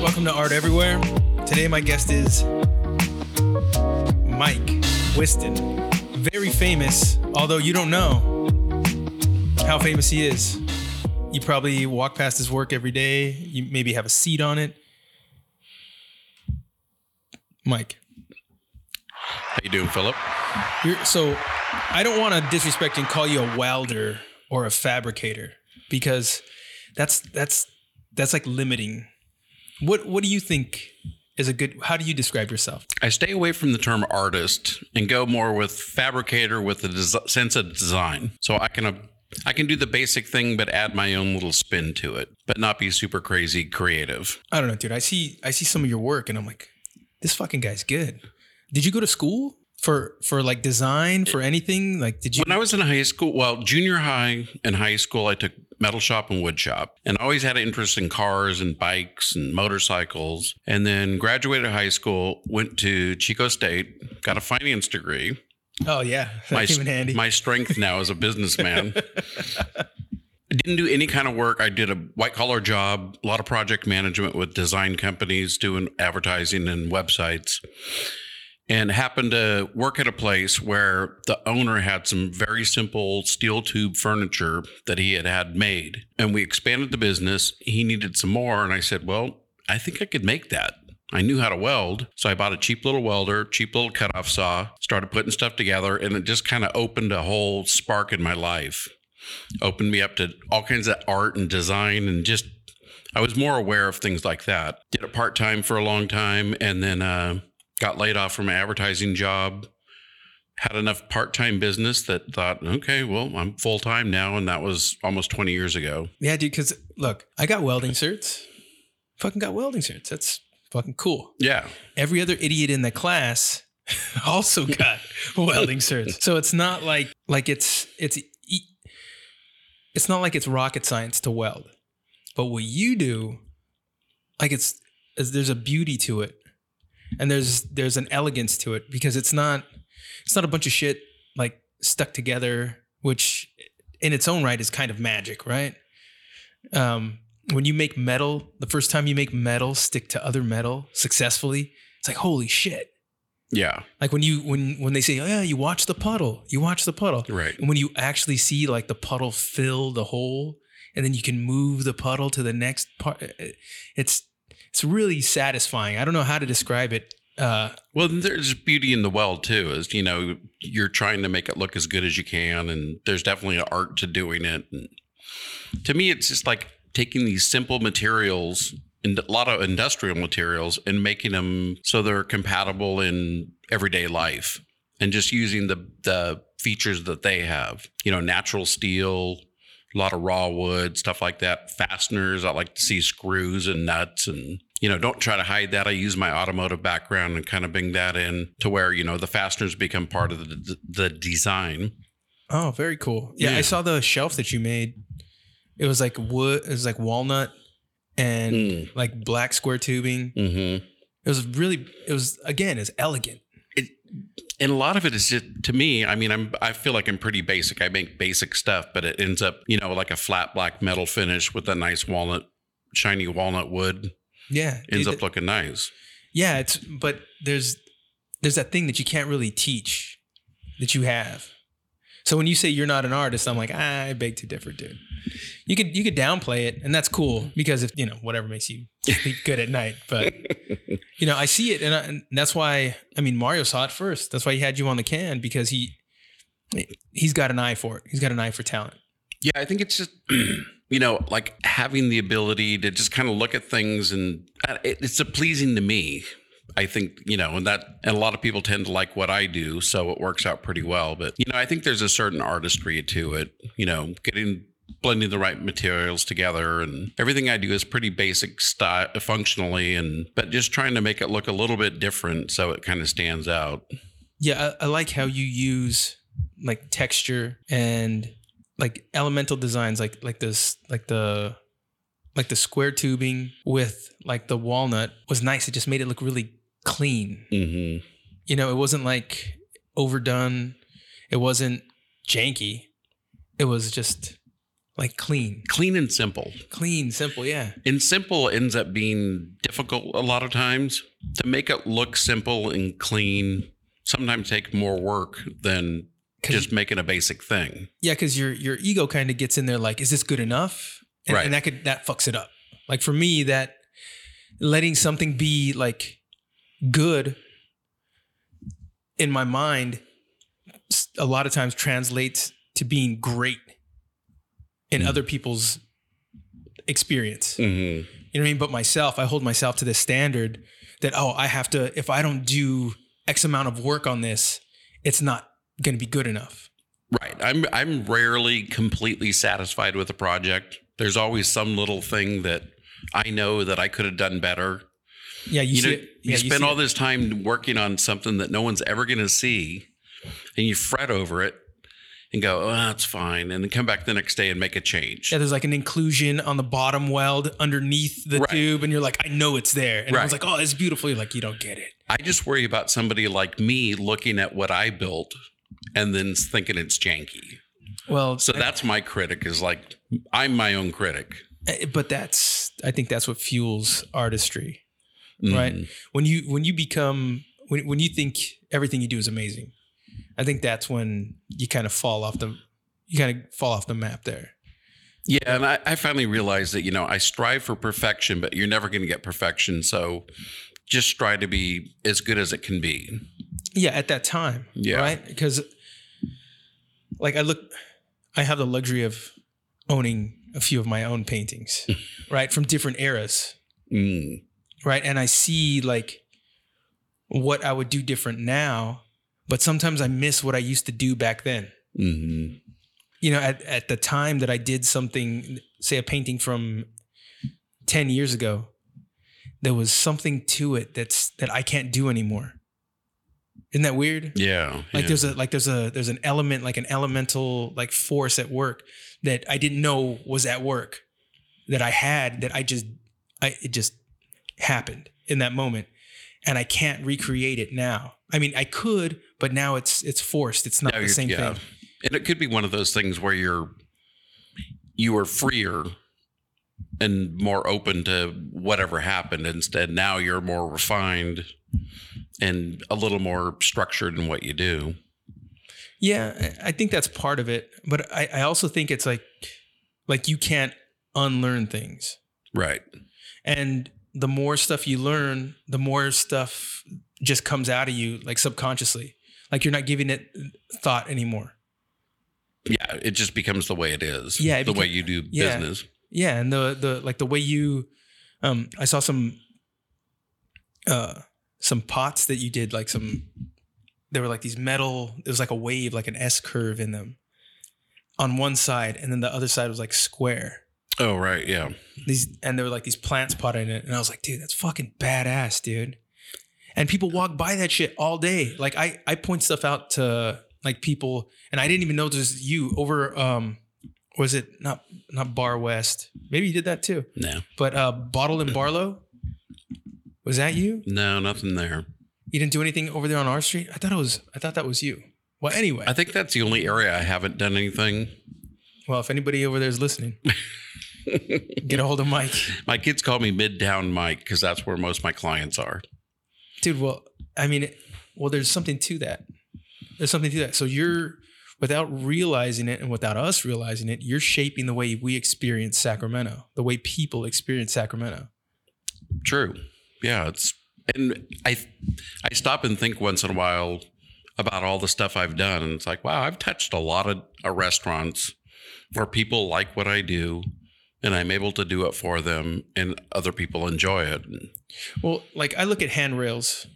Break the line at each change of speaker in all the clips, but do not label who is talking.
Welcome to Art Everywhere. Today, my guest is Mike Whiston. Very famous, although you don't know how famous he is. You probably walk past his work every day, you maybe have a seat on it. Mike,
How you doing, Philip?
you're, so I don't want to disrespect and call you a welder or a fabricator because that's that's that's like limiting. What what do you think is a good how do you describe yourself?
I stay away from the term artist and go more with fabricator with a des- sense of design. So I can uh, I can do the basic thing, but add my own little spin to it, but not be super crazy creative.
I don't know, dude. I see I see some of your work and I'm like, this fucking guy's good. Did you go to school for for like design for anything? Like did you
When I was in high school, well, junior high and high school, I took metal shop and wood shop and I always had an interest in cars and bikes and motorcycles. And then graduated high school, went to Chico State, got a finance degree.
Oh yeah. That came in handy.
my strength now as a businessman. I didn't do any kind of work. I did a white collar job, a lot of project management with design companies, doing advertising and websites. And happened to work at a place where the owner had some very simple steel tube furniture that he had had made. And we expanded the business. He needed some more. And I said, Well, I think I could make that. I knew how to weld. So I bought a cheap little welder, cheap little cutoff saw, started putting stuff together, and it just kind of opened a whole spark in my life. Opened me up to all kinds of art and design and just I was more aware of things like that. Did it part time for a long time and then uh, got laid off from an advertising job. Had enough part time business that thought, okay, well, I'm full time now. And that was almost 20 years ago.
yeah, dude, because look, I got welding certs. Fucking got welding certs. That's fucking cool.
Yeah.
every other idiot in the class also got welding certs. So it's not like like it's it's e- it's not like it's rocket science to weld. But what you do like it's is there's a beauty to it. And there's there's an elegance to it because it's not it's not a bunch of shit like stuck together which in its own right is kind of magic, right? Um when you make metal, the first time you make metal stick to other metal successfully, it's like holy shit.
Yeah.
Like when you when when they say, "Oh yeah, you watch the puddle. You watch the puddle."
Right.
And when you actually see like the puddle fill the hole and then you can move the puddle to the next part, it's it's really satisfying. I don't know how to describe it. Uh
Well, then there's beauty in the weld too. Is you know you're trying to make it look as good as you can, and there's definitely an art to doing it. And to me, it's just like taking these simple materials and a lot of industrial materials and making them so they're compatible in everyday life, and just using the the features that they have. You know, natural steel, a lot of raw wood, stuff like that. Fasteners, I like to see screws and nuts and you know, don't try to hide that. I use my automotive background and kind of bring that in to where, you know, the fasteners become part of the, the design.
oh, very cool. Yeah,
Yeah.
I saw the shelf that you made. It was like wood, it was like walnut and
Mm.
like black square tubing.
Mm-hmm.
It was really it was again, it's elegant.
And a lot of it is just to me. I mean, I'm I feel like I'm pretty basic. I make basic stuff, but it ends up, you know, like a flat black metal finish with a nice walnut, shiny walnut wood.
Yeah.
Ends
dude,
up looking nice.
Yeah, it's but there's there's that thing that you can't really teach that you have. So when you say you're not an artist, I'm like, I beg to differ, dude. You could you could downplay it, and that's cool because if you know whatever makes you sleep good at night, but you know I see it, and, I, and that's why I mean Mario saw it first. That's why he had you on the can because he he's got an eye for it. He's got an eye for talent.
Yeah, I think it's just you know like having the ability to just kind of look at things and uh, it, it's a pleasing to me. I think you know, and that and a lot of people tend to like what I do, so it works out pretty well. But you know, I think there's a certain artistry to it. You know, getting blending the right materials together and everything I do is pretty basic style functionally and but just trying to make it look a little bit different so it kind of stands out.
Yeah, I, I like how you use like texture and like elemental designs, like like this, like the like the square tubing with like the walnut was nice. It just made it look really clean.
Mm-hmm.
You know, it wasn't like overdone. It wasn't janky. It was just like clean,
Clean and simple.
clean, simple. Yeah.
And simple ends up being difficult a lot of times to make it look simple and clean. Sometimes take more work than
'Cause
just making a basic thing.
yeah, because your your ego kind of gets in there, like, is this good enough? And,
Right.
and that could that fucks it up. Like for me, that letting something be like good in my mind s- a lot of times translates to being great in
Mm.
other people's experience.
Mm-hmm.
You know what I mean? But myself, I hold myself to this standard that, oh, I have to, if I don't do X amount of work on this, it's not gonna be good enough.
Right. I'm I'm rarely completely satisfied with a project. There's always some little thing that I know that I could have done better.
Yeah, you,
You,
see
know,
it.
you
yeah,
spend
see
all
it.
this time working on something that no one's ever going to see, and you fret over it and go, "Oh, that's fine," and then come back the next day and make a change.
Yeah, there's like an inclusion on the bottom weld underneath the
Right.
tube, and you're like, I know it's there. And I was
Right.
like, oh, it's beautiful. You're like, you don't get it.
I just worry about somebody like me looking at what I built and then thinking it's janky.
Well,
So that's my critic is like I'm my own critic.
eh, but that's I think that's what fuels artistry,
Mm.
right? When you when you become when when you think everything you do is amazing, I think that's when you kind of fall off the you kind of fall off the map there.
Yeah, and I, I finally realized that you know I strive for perfection, but you're never going to get perfection. So just try to be as good as it can be.
Yeah, at that time.
Yeah.
Right? Because like I look I have the luxury of owning a few of my own paintings, right? From different eras.
Mm.
Right. And I see like what I would do different now, but sometimes I miss what I used to do back then.
hmm
You know, at, at the time that I did something, say a painting from 10 years ago, there was something to it that's that I can't do anymore. Isn't that weird?
Yeah,
like
yeah.
there's a like there's a there's an element like an elemental like force at work that i didn't know was at work that i had that i just i it just happened in that moment and i can't recreate it now i mean i could but now it's it's forced it's not
Now
the
you're-
same
yeah.
thing
and it could be one of those things where you're you are freer and more open to whatever happened. Instead, now you're more refined and a little more structured in what you do.
yeah I- i think that's part of it but i i also think it's like like you can't unlearn things
Right.
and the more stuff you learn the more stuff just comes out of you like subconsciously like you're not giving it thought anymore
Yeah, it just becomes the way it is.
Yeah,
the
it
way
became-
you do
yeah.
business.
yeah and the the like the way you um i saw some uh some pots that you did like some they were like these metal it was like a wave like an s curve in them on one side and then the other side was like square
Oh, right. Yeah.
these and there were like these plants potted in it and i was like dude that's fucking badass dude and people walk by that shit all day like i i point stuff out to like people and i didn't even know this was you over um was it not not bar west maybe you did that too
No,
but uh bottle and barlow was that you
no, nothing there.
you didn't do anything over there on our street i thought it was i thought that was you well anyway
I think that's the only area I haven't done anything.
well if anybody over there is listening get a hold of mike
My kids call me Midtown Mike because that's where most of my clients are.
dude well i mean well there's something to that there's something to that so you're without realizing it and without us realizing it you're shaping the way we experience sacramento the way people experience sacramento
True. Yeah, it's and I I stop and think once in a while about all the stuff I've done and it's like, wow, I've touched a lot of uh, restaurants where people like what I do and I'm able to do it for them and other people enjoy it.
well like i look at handrails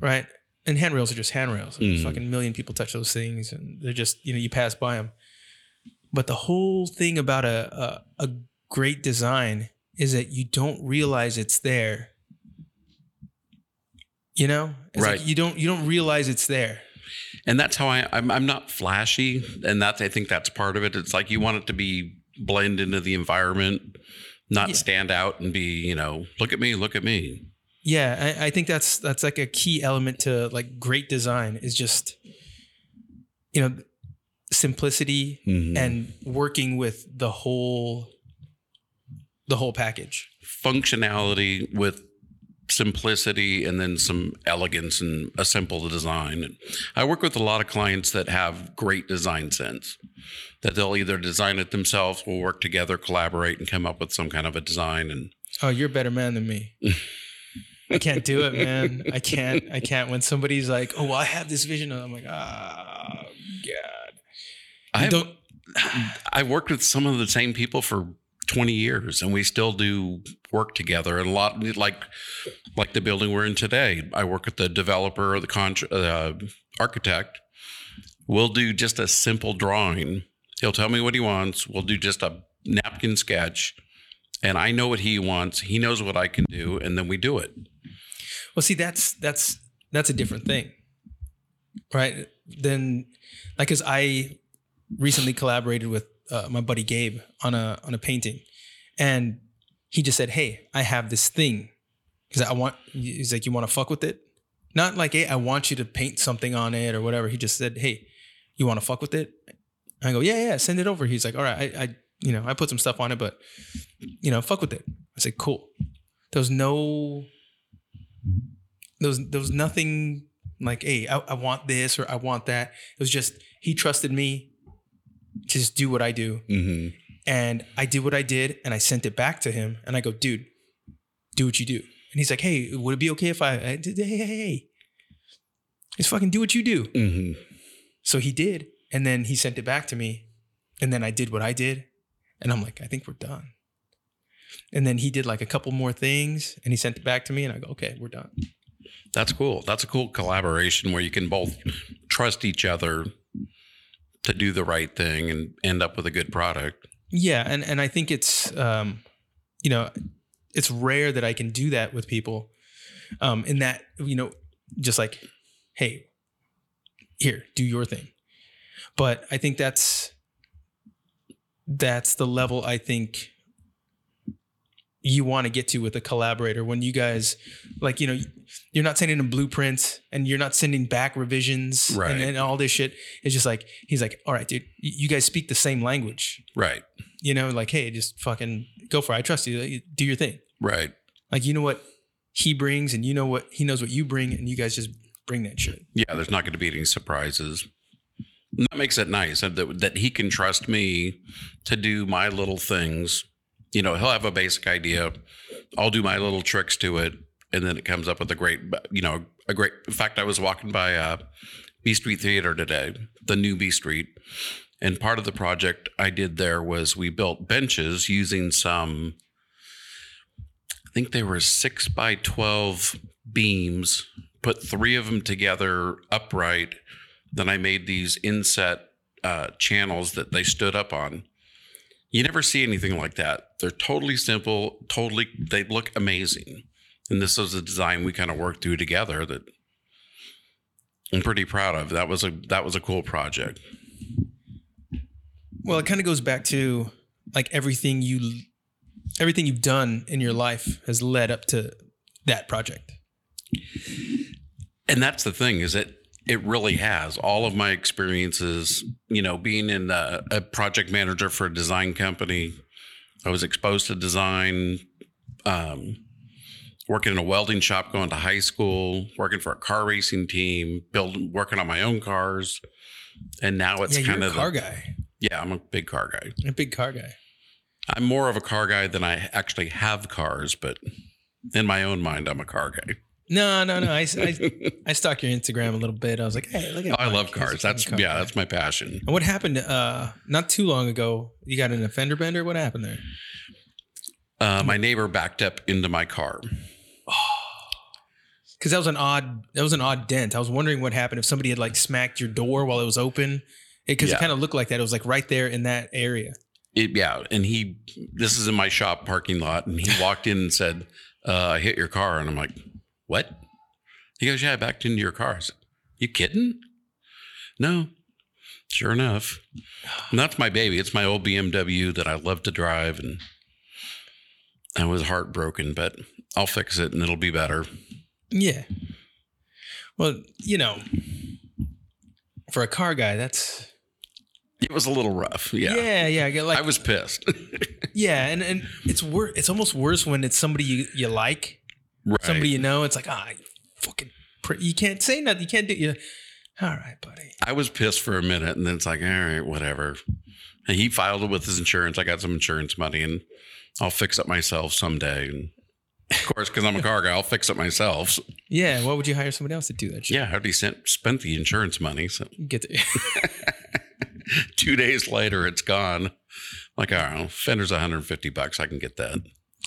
right and handrails are just handrails
Mhm.
fucking million people touch those things and they're just you know you pass by them but the whole thing about a a, a great design is that you don't realize it's there you know it's
Right.
like you don't you don't realize it's there
And that's how I I'm, I'm not flashy and that's I think that's part of it. It's like you want it to be blend into the environment not
Yeah.
stand out and be, you know, look at me, look at me.
Yeah, I, I think that's that's like a key element to like great design is just you know simplicity
Mm-hmm. Mm.
and working with the whole the whole package.
functionality with simplicity and then some elegance and a simple design. I work with a lot of clients that have great design sense that they'll either design it themselves or work together, collaborate and come up with some kind of a design and
Oh, you're a better man than me. I can't do it, man. I can't. I can't. When somebody's like, "Oh, well, I have this vision," and I'm like, "Ah, God."
I
don't.
I've worked with some of the same people for 20 years and we still do work together and a lot like like the building we're in today. I work with the developer or the contra- uh, architect. We'll do just a simple drawing. He'll tell me what he wants. We'll do just a napkin sketch and I know what he wants. He knows what I can do and then we do it.
Well, see, that's that's that's a different thing, right? Then, like, cause I recently collaborated with uh, my buddy Gabe on a on a painting, and he just said, "Hey, I have this thing," because I want. He's like, "You want to fuck with it?" Not like, "Hey, I want you to paint something on it or whatever." He just said, "Hey, you want to fuck with it?" I go, "Yeah, yeah, send it over." He's like, "All right, I, I, you know, I put some stuff on it, but you know, fuck with it." I said, "Cool." There was no there was there was nothing like hey I, I want this or i want that it was just he trusted me to just do what i do
Mm-hmm.
and i did what i did and i sent it back to him and i go dude do what you do and he's like hey would it be okay if i, I did, hey hey hey just fucking do what you do
Mm-hmm.
so he did and then he sent it back to me and then i did what i did and i'm like i think we're done and then he did like a couple more things and he sent it back to me and i go okay we're done
That's cool. That's a cool collaboration where you can both trust each other to do the right thing and end up with a good product.
Yeah, and and I think it's um, you know, it's rare that I can do that with people. Um, in that you know, just like, hey, here, do your thing. But I think that's that's the level I think you want to get to with a collaborator when you guys like you know you're not sending them blueprints and you're not sending back revisions
Right.
and, and all this shit it's just like he's like all right dude you you guys speak the same language
Right.
you know, like, hey, just fucking go for it. I trust you. Like, Do your thing.
Right.
Like, you know what he brings, and you know what he knows what you bring, and you guys just bring that shit.
Yeah. There's not going to be any surprises. And that makes it nice that, that he can trust me to do my little things. You know, he'll have a basic idea. I'll do my little tricks to it. And then it comes up with a great, you know, a great. In fact, I was walking by uh, B Street Theater today, the new B Street. And part of the project I did there was we built benches using some, I think they were six by 12 beams, put three of them together upright. Then I made these inset uh, channels that they stood up on. You never see anything like that. They're totally simple, totally, they look amazing. And this was a design we kind of worked through together that I'm pretty proud of. That was a that was a cool project.
Well, it kind of goes back to like everything you, everything you've done in your life has led up to that project.
and that's the thing is that it really has all of my experiences you know being in a, a project manager for a design company i was exposed to design um, working in a welding shop going to high school working for a car racing team building working on my own cars and now it's
yeah,
kind
you're a
of the-
car guy,
yeah i'm a big car guy
a big car guy.
i'm more of a car guy than i actually have cars but in my own mind i'm a car guy
No, no, no. I, I, I stalked your Instagram a little bit. I was like, hey, look at.
Oh, i
Mike.
love
He's a
cars
fucking
that's
car
yeah
guy.
that's my passion
And what happened uh not too long ago? You got in a fender bender. What happened there?
Uh, my neighbor backed up into my car.
Because that was an odd that was an odd dent. I was wondering what happened if somebody had like smacked your door while it was open. Because it,
Yeah.
kind of looked like that. It was like right there in that area.
It, yeah, and he. This is in my shop parking lot, and he walked in and said, uh, "I hit your car," and I'm like, "What?" He goes, "Yeah, I backed into your car." I said, "You kidding?" No. Sure enough, and that's my baby. It's my old BMW that I love to drive, and was heartbroken, but I'll fix it and it'll be better.
Yeah. Well, you know, for a car guy, that's
It was a little rough. Yeah.
yeah, yeah. I get like
I was pissed.
yeah, and and it's wor- It's almost worse when it's somebody you, you like,
right.
somebody you know. It's like ah, you fucking, pr- you can't say nothing. You can't do. You, all right, buddy.
I was pissed for a minute and then it's like, all right, whatever. And he filed it with his insurance. I got some insurance money and I'll fix it myself someday. And of course, because I'm a car guy, I'll fix it myself. So,
Yeah, why would you hire somebody else to do that? Shit?
yeah, I already sent, spent the insurance money. So
You Get the-
two days later, it's gone. Like, all right, fender's 150 bucks. I can get that.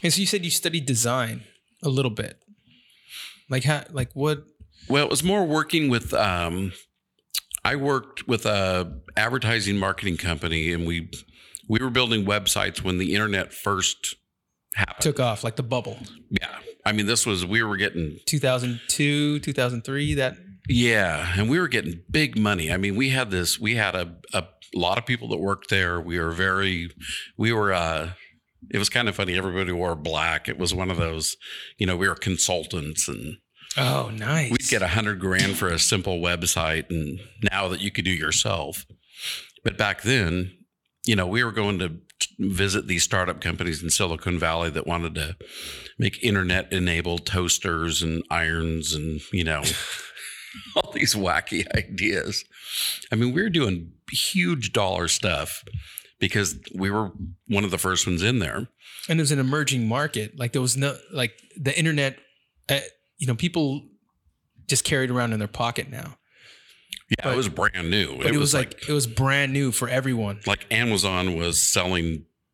and so you said you studied design a little bit. Like how? Like what?
Well, it was more working with. Um, I worked with a advertising marketing company, and we we were building websites when the internet first happened.
took off like the bubble
yeah, I mean, this was we were getting
2002 2003 that
yeah, and we were getting big money. I mean, we had this. We had a a lot of people that worked there. We were very, we were. uh It was kind of funny. Everybody wore black. It was one of those, you know, we were consultants and.
oh nice
we'd get a hundred grand for a simple website and now that you could do yourself but back then you know we were going to visit these startup companies in silicon valley that wanted to make internet enabled toasters and irons and you know all these wacky ideas i mean we were doing huge dollar stuff because we were one of the first ones in there
and it was an emerging market like there was no like the internet uh, you know people just carried around in their pocket now
yeah
But-
it was brand new
but it, was, like, it was brand new for everyone
like amazon was selling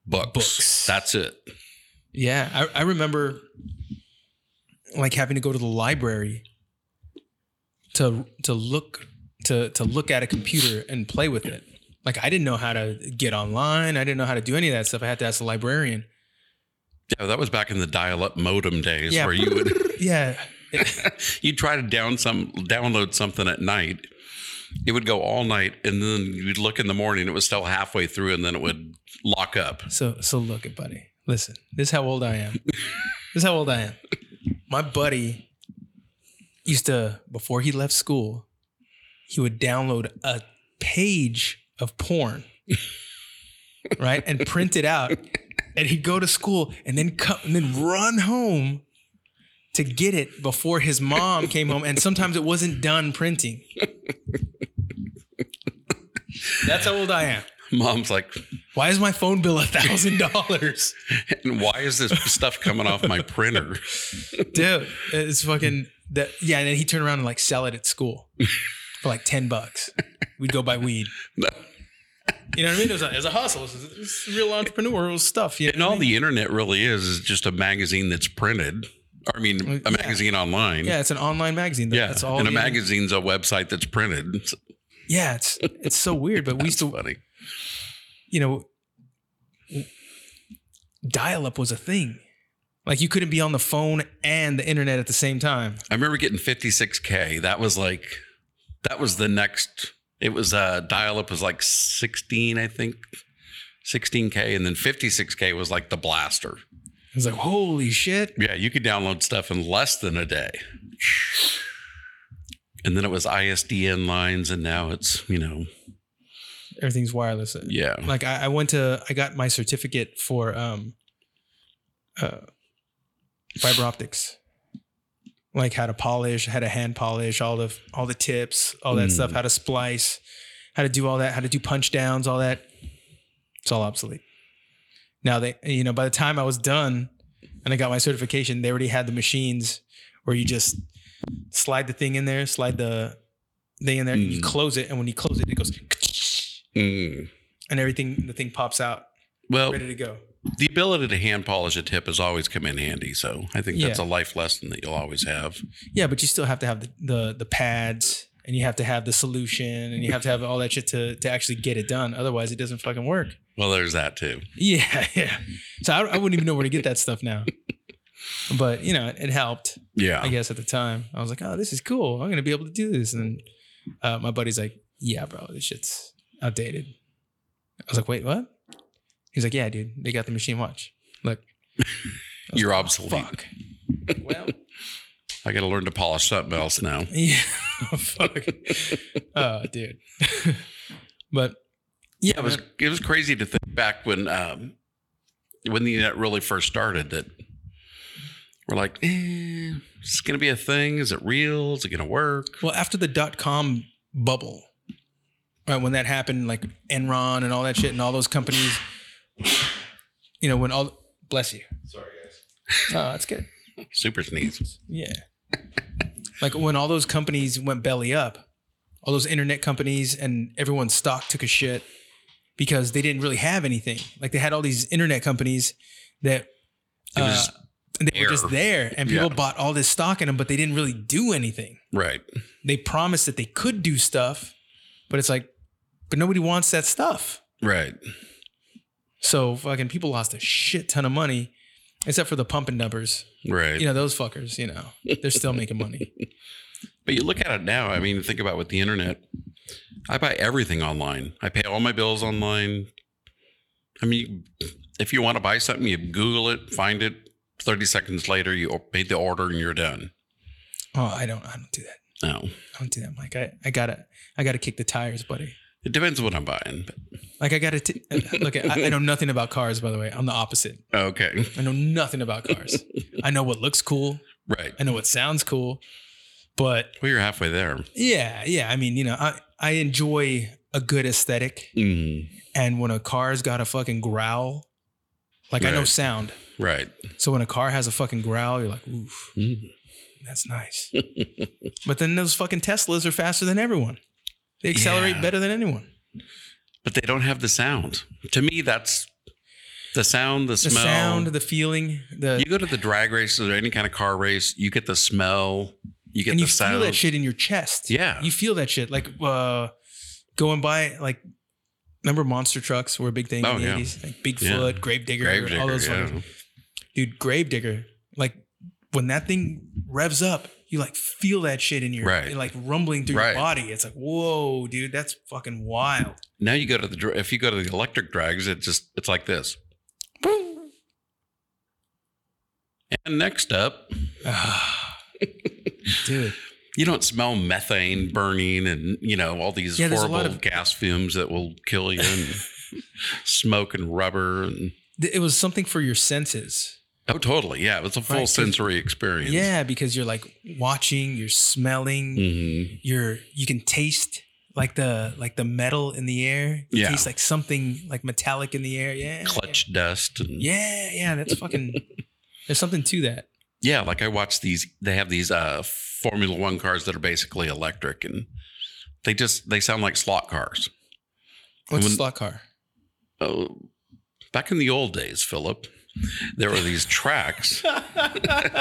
books,
Books.
that's it
yeah I, I remember like having to go to the library to to look to to look at a computer and play with it like i didn't know how to get online i didn't know how to do any of that stuff i had to ask the librarian
Yeah, that was back in the dial-up modem days
Yeah.
where you would
yeah
you try to down some download something at night. It would go all night, and then you'd look in the morning. It was still halfway through, and then it would lock up.
So so look it, buddy. Listen, this is how old I am. this is how old I am. My buddy used to before he left school, he would download a page of porn, right, and print it out, and he'd go to school and then come and then run home to get it before his mom came home, and sometimes it wasn't done printing. That's how old I am.
Mom's like,
Why is my phone bill a thousand dollars?
"And why is this stuff coming off my printer?"
dude it's fucking that yeah and then he turned around and like sell it at school for like 10 bucks we'd go buy weed you know what i mean it was a, it was a hustle it was, it was real entrepreneurial stuff you
And
know
all the internet really is is just a magazine that's printed. Or, I mean, a
Yeah.
magazine online.
yeah it's an online magazine
Yeah,
that's all
and a
the-
magazine's a website that's printed. It's
yeah it's it's so weird but we used to
funny.
you know dial up was a thing like you couldn't be on the phone and the internet at the same time
I remember getting 56k. That was like that was the next it was uh dial up was like 16, I think. 16k and then 56k was like the blaster.
it was like holy shit
Yeah, you could download stuff in less than a day. And then it was ISDN lines and now it's, you know,
everything's wireless
yeah.
like I, I went to I got my certificate for um uh fiber optics like how to polish how to hand polish all the all the tips all that
Mm.
stuff how to splice how to do all that how to do punch downs all that it's all obsolete now they you know by the time I was done and I got my certification they already had the machines where you just slide the thing in there slide the thing in there and you
Mm.
close it and when you close it it goes
Mm.
and everything the thing pops out
Well,
ready to go.
the ability to hand polish a tip has always come in handy, so I think that's a life lesson that you'll always have.
Yeah, but you still have to have the, the the pads and you have to have the solution and you have to have all that shit to to actually get it done. Otherwise, it doesn't fucking work.
Well, there's that too.
Yeah, yeah. So I, I wouldn't even know where to get that stuff now. But you know, it, it helped.
Yeah.
I guess at the time, I was like, "Oh, this is cool. I'm gonna be able to do this." And uh, my buddy's like, "Yeah, bro, this shit's outdated." I was like, "Wait, what?" He's like, "Yeah, dude, they got the machine watch. Look." I was
You're
like,
obsolete.
Fuck. well,
I got to learn to polish something else now.
yeah. fuck. Oh, dude. but yeah,
It was it was crazy to think back when um, when the internet really first started that we're like, eh, is this gonna be a thing? Is it real? Is it gonna work?
Well, after the dot com bubble, right, when that happened, like Enron and all that shit, and all those companies, you know, when all bless you. Sorry, guys. Oh, that's good.
Super sneeze.
Yeah. like when all those companies went belly up, all those internet companies and everyone's stock took a shit because they didn't really have anything. Like they had all these internet companies that
It was
uh, they were just
air.
there, and people
Yeah.
bought all this stock in them, but they didn't really do anything
Right.
they promised that they could do stuff, but it's like, but nobody wants that stuff.
Right.
So fucking people lost a shit ton of money, except for the pump and dumpers.
Right.
You know, those fuckers, you know, they're still making money.
But you look at it now. I mean, think about with the internet. I buy everything online. I pay all my bills online. I mean, if you want to buy something, you Google it, find it. Thirty seconds later, you made the order and you're done.
Oh, I don't I don't do that.
No,
I don't do that, Mike. I, I gotta I gotta kick the tires, buddy.
it depends what I'm buying.
Like I gotta t- uh, look at I, I know nothing about cars, by the way. I'm the opposite.
But okay,
I know nothing about cars. I know what looks cool,
right.
I know what sounds cool, but
Well, you're halfway there.
yeah, yeah. I mean, you know, I, I enjoy a good aesthetic.
Mm,
And when a car's got a fucking growl, like I know
Right.
sound.
right.
So when a car has a fucking growl, you're like, oof,
Mm.
that's nice. but then those fucking Teslas are faster than everyone. They accelerate
Yeah.
better than anyone.
But they don't have the sound. To me, that's the sound, the,
The
smell.
sound, the feeling, the
you go to the drag races or any kind of car race, you get the smell, you get
and
the
you
sound.
feel that shit in your chest.
Yeah.
You feel that shit. Like uh going by like remember monster trucks were a big thing
Oh,
in the
yeah.
80s. Like Bigfoot, Gravedigger,
Gravedigger,
all those
yeah.
fucking dude, Gravedigger, like when that thing revs up, you like feel that shit in your
Right.
like rumbling through
Right.
your body. It's like, whoa, dude, that's fucking wild.
Now you go to the dr- if you go to the electric drags, it just it's like this. And next up,
Ah. dude,
you don't smell methane burning and you know all these
Yeah, there's a
horrible
lot of-
gas fumes that will kill you and smoke and rubber and
Th- it was something for your senses.
oh totally yeah it's a full
Right, 'cause-
sensory experience
Yeah, because you're like watching, you're smelling,
Mhm.
you're you can taste like the like the metal in the air. You
Yeah.
taste like something like metallic in the air. Yeah.
clutch dust and
Yeah, yeah, that's fucking there's something to that.
yeah like I watch these they have these uh Formula One cars that are basically electric and they just they sound like slot cars
What's a
When-
slot car?
oh, back in the old days, Philip, there were these tracks,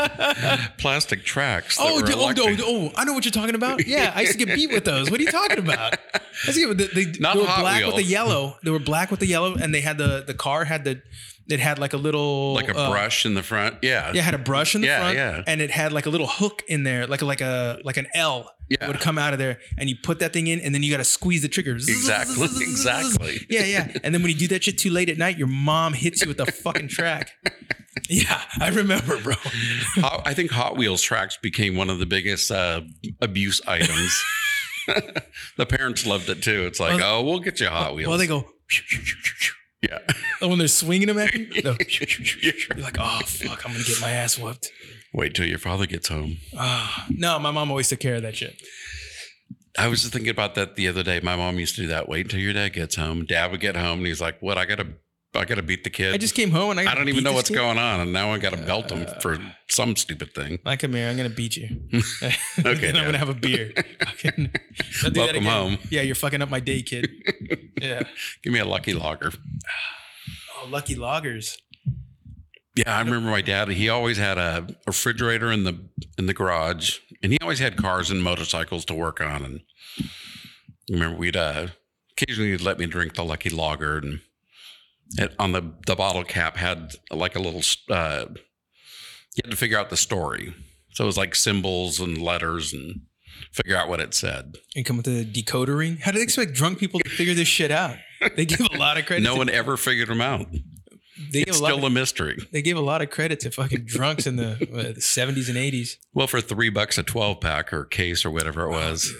plastic tracks. That
Oh,
were
d- oh,
electric.
d- oh, I know what you're talking about. Yeah, I used to get beat with those. What are you talking about? I used to get, they, they,
Not
they were
Hot
black with the
Wheels.
yellow. They were black with the yellow, and they had the the car had the it had like a little
like a
uh,
brush in the front. Yeah,
Yeah, it had a brush in the
Yeah,
front,
yeah.
and it had like a little hook in there, like a, like a like an L
Yeah.
would come out of there, and you put that thing in, and then you got to squeeze the trigger.
exactly, exactly.
Yeah, yeah. And then when you do that shit too late at night, your mom hits you with the fucking track. Yeah, I remember, bro.
Hot- I think Hot Wheels tracks became one of the biggest uh, abuse items. the parents loved it too. It's like, oh, we'll get you a Hot Wheels.
Well, they go.
yeah.
And when they're swinging them at you, no.
Yeah.
you're like, oh fuck, I'm gonna get my ass whooped.
Wait till your father gets home.
Ah, no, my mom always took care of that shit.
I was just thinking about that the other day. My mom used to do that. Wait until your dad gets home. Dad would get home and he's like, "What? I gotta, I gotta beat the kid.
I just came home and I.
I don't even
beat
know
this
what's
kid. Uh,
going on, and now I gotta belt him for some stupid thing."
Like, come here, I'm gonna beat you. okay,
Dad.
I'm gonna have a beer. Fucking- Don't do that
Welcome
again.
home.
Yeah, you're fucking up my day, kid. yeah.
Give me a lucky logger.
Oh, lucky loggers.
Yeah, I remember my dad. He always had a refrigerator in the in the garage, and he always had cars and motorcycles to work on. And I remember we'd uh, occasionally he'd let me drink the lucky lager, and it, on the the bottle cap had like a little. Uh, you had to figure out the story, so it was like symbols and letters, and figure out what it said.
And come with the decodering. How do they expect drunk people to figure this shit out? They give a lot of credit.
No
to-
one ever figured them out.
they
it's
give a lot.
still
Of,
a mystery.
they gave a lot of credit to fucking drunks in the uh, 70s and 80s.
Well, for three bucks a 12 pack or case or whatever it was.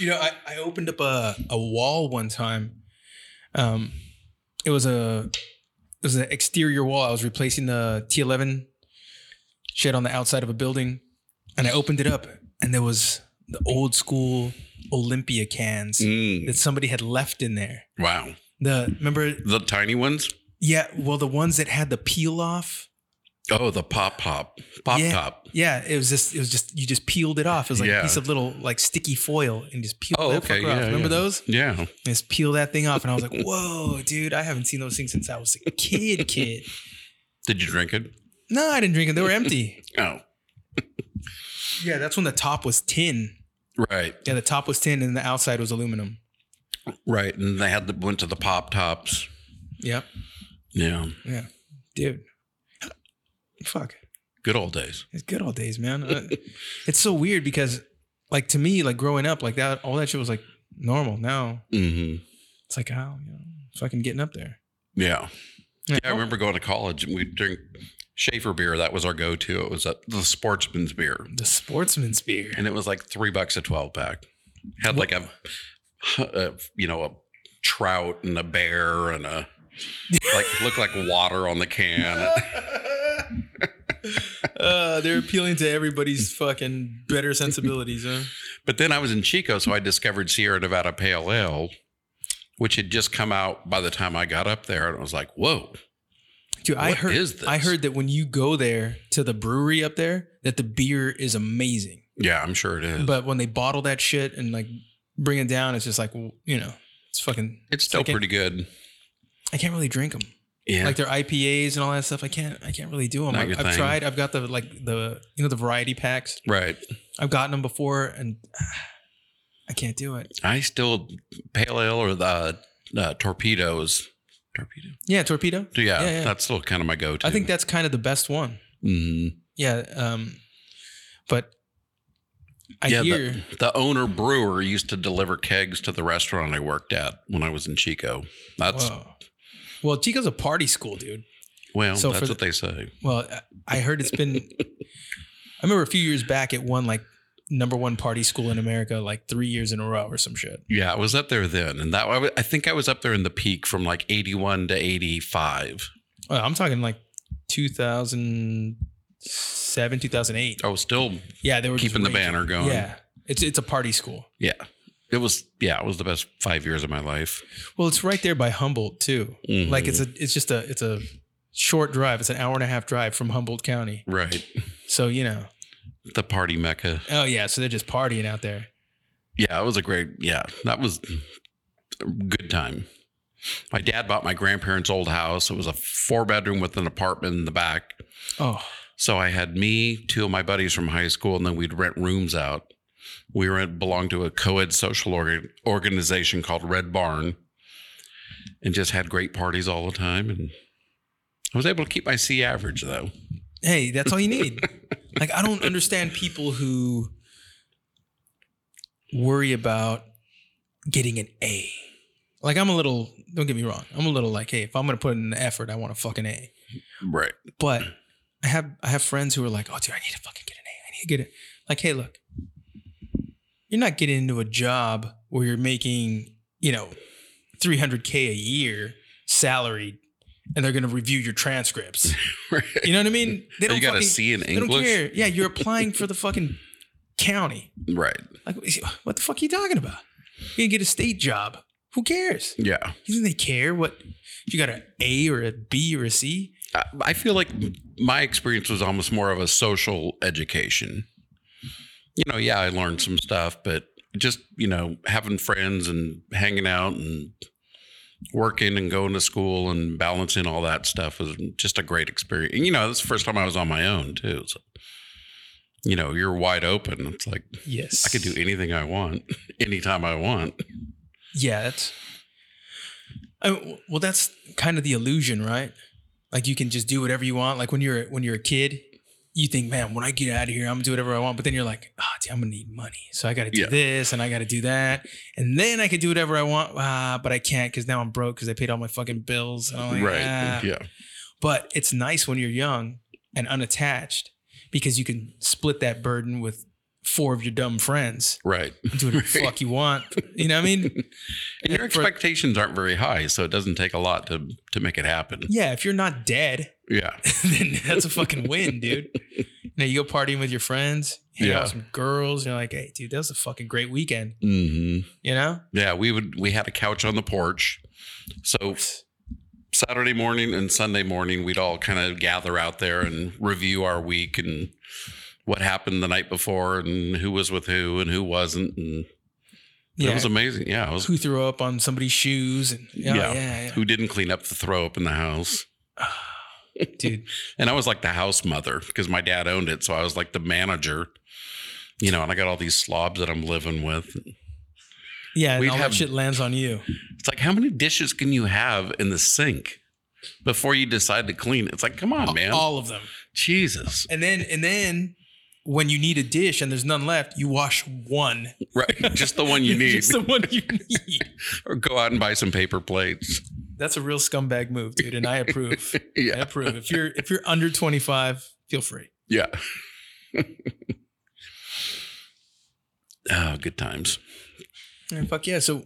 You know, I, I opened up a, a wall one time. Um, it was a it was an exterior wall. I was replacing the T11 shed on the outside of a building, and I opened it up, and there was the old school Olympia cans
Mm,
that somebody had left in there.
wow.
The remember,
The tiny ones?
yeah, well, the ones that had the peel off.
Oh, the pop pop. Pop
Yeah.
top.
Yeah, it was just it was just you just peeled it off. It was like
Yeah.
a piece of little like sticky foil and just peeled
Oh,
that
okay.
fucker off.
Yeah,
Remember
yeah.
those?
Yeah.
and just peel that thing off. And I was like, whoa, dude, I haven't seen those things since I was a kid, kid.
Did you drink it?
No, I didn't drink them. They were empty.
Oh,
Yeah, that's when the top was tin.
right.
Yeah, the top was tin and the outside was aluminum.
Right. And they had the, went to the pop tops.
Yep.
Yeah.
Yeah. Dude. Fuck.
Good old days.
It's good old days, man. Uh, it's so weird because, like, to me, like growing up, like that, all that shit was like normal. Now
hmm
it's like, how, you know, fucking getting up there. oh,
Yeah.
Yeah,
I remember going to college and we'd drink Schaefer beer. That was our go to. It was a, the sportsman's beer.
the sportsman's beer.
And it was like three bucks a 12 pack. Had like a, a, you know, a trout and a bear and a, like, looked like water on the can.
uh, they're appealing to everybody's fucking better sensibilities, huh?
But then I was in Chico, so I discovered Sierra Nevada Pale Ale, which had just come out by the time I got up there. And I was like, whoa,
Dude, I
What
heard
is this?
I heard that when you go there to the brewery up there, that the beer is amazing.
yeah, I'm sure it is.
But when they bottle that shit and like bring it down, it's just like w- you know, it's fucking.
it's still
like a-
pretty good.
I can't really drink them.
Yeah.
Like their IPAs and all that stuff. I can't. I can't really do them.
Not
I,
your
I've
thing.
tried. I've got the like the you know the variety packs.
right.
I've gotten them before, and I can't do it.
I still pale ale or the uh, torpedoes. Torpedo.
Yeah, torpedo.
Yeah,
Yeah, yeah.
that's still kind of my go-to.
I think that's kind of the best one.
Mhm.
Yeah. Um, but I
Yeah, the-
hear.
the owner brewer used to deliver kegs to the restaurant I worked at when I was in Chico. That's
Whoa. Well, Chico's a party school, dude.
well,
So
that's
for
what they say.
Well, I- I heard it's been. I remember a few years back, it won like number one party school in America, like three years in a row or some shit.
Yeah, I was up there then, and that I wa- I think I was up there in the peak from like eighty-one to eighty-five.
Well, I'm talking like 2007, 2008.
I was still
Yeah, they were just
Oh, keeping the
raging.
banner going.
Yeah, it's it's a party school.
yeah, it was. Yeah, it was the best five years of my life. Mm-hmm.
Well, it's right there by Humboldt too. Like it's a,
Mm.
it's just a, it's a short drive. It's an hour and a half drive from Humboldt County.
right
So you know,
the party mecca.
oh yeah, so they're just partying out there.
Yeah, it was a great. Yeah, that was a good time. My dad bought my grandparents' old house. It was a four bedroom with an apartment in the back.
Oh,
So I had me, two of my buddies from high school, and then we'd rent rooms out. We were belonged to a co-ed social organ, organization called Red Barn, and just had great parties all the time. And I was able to keep my C average though.
hey, that's all you need. like, I don't understand people who worry about getting an A. Like, I'm a little, don't get me wrong, I'm a little like, hey, if I'm gonna put in the effort, I want a fucking A.
Right.
But I have I have friends who are like, oh, dude, I need to fucking get an A. I need to get it. Like, hey, look, you're not getting into a job where you're making, you know, 300k a year salaried, and they're gonna review your transcripts.
right.
You know what I mean? They
You got a
fucking-
C in
they don't
English.
care. Yeah, you're applying for the fucking county.
Right.
Like, what the fuck are you talking about? You're gonna get a state job. Who cares?
Yeah.
You think they care what if you got an A or a B or a C?
I- I feel like my experience was almost more of a social education. You know, yeah, I learned some stuff, but just, you know, having friends and hanging out and working and going to school and balancing all that stuff was just a great experience. And, you know, that's the first time I was on my own, too. So, you know, you're wide open. It's like
Yes,
I can do anything I want, anytime I want.
Yeah, that's. I mean, well, that's kind of the illusion, right? Like you can just do whatever you want. Like when you're when you're a kid, you think, man, when I get out of here, I'm gonna do whatever I want. But then you're like, ah, oh, I'm gonna need money, so I gotta do
Yeah.
this and I gotta do that, and then I can do whatever I want, ah, but I can't because now I'm broke because I paid all my fucking bills. And I'm like,
right.
ah.
Yeah.
But it's nice when you're young and unattached because you can split that burden with four of your dumb friends,
Right.
do whatever the fuck you want. You know what I mean?
And your
For-
expectations aren't very high, so it doesn't take a lot to to make it happen.
Yeah, if you're not dead,
Yeah.
then that's a fucking win, dude. Now you go partying with your friends, hang out
Yeah.
with some girls, and you're like, hey, dude, that was a fucking great weekend,
hmm
you know?
Yeah. We would. We had a couch on the porch, so Saturday morning and Sunday morning we'd all kind of gather out there and review our week and what happened the night before and who was with who and who wasn't and
Yeah.
it was amazing. Yeah. It was
who threw up on somebody's shoes and oh, yeah,
Yeah.
yeah, yeah.
who didn't clean up the throw up in the house.
dude.
And I was like the house mother because my dad owned it. So I was like the manager, you know, and I got all these slobs that I'm living with.
Yeah, and
We'd
all
have-
that shit lands on you.
It's like, how many dishes can you have in the sink before you decide to clean? It's like, come on, man.
All of them.
Jesus.
And then and then when you need a dish and there's none left, you wash one.
Right. Just the one you need.
Just the one you need.
or go out and buy some paper plates.
That's a real scumbag move, dude, and I approve. I
Yeah.
approve. If you're if you're under 25, feel free.
Yeah. oh, good times.
Yeah, fuck yeah. So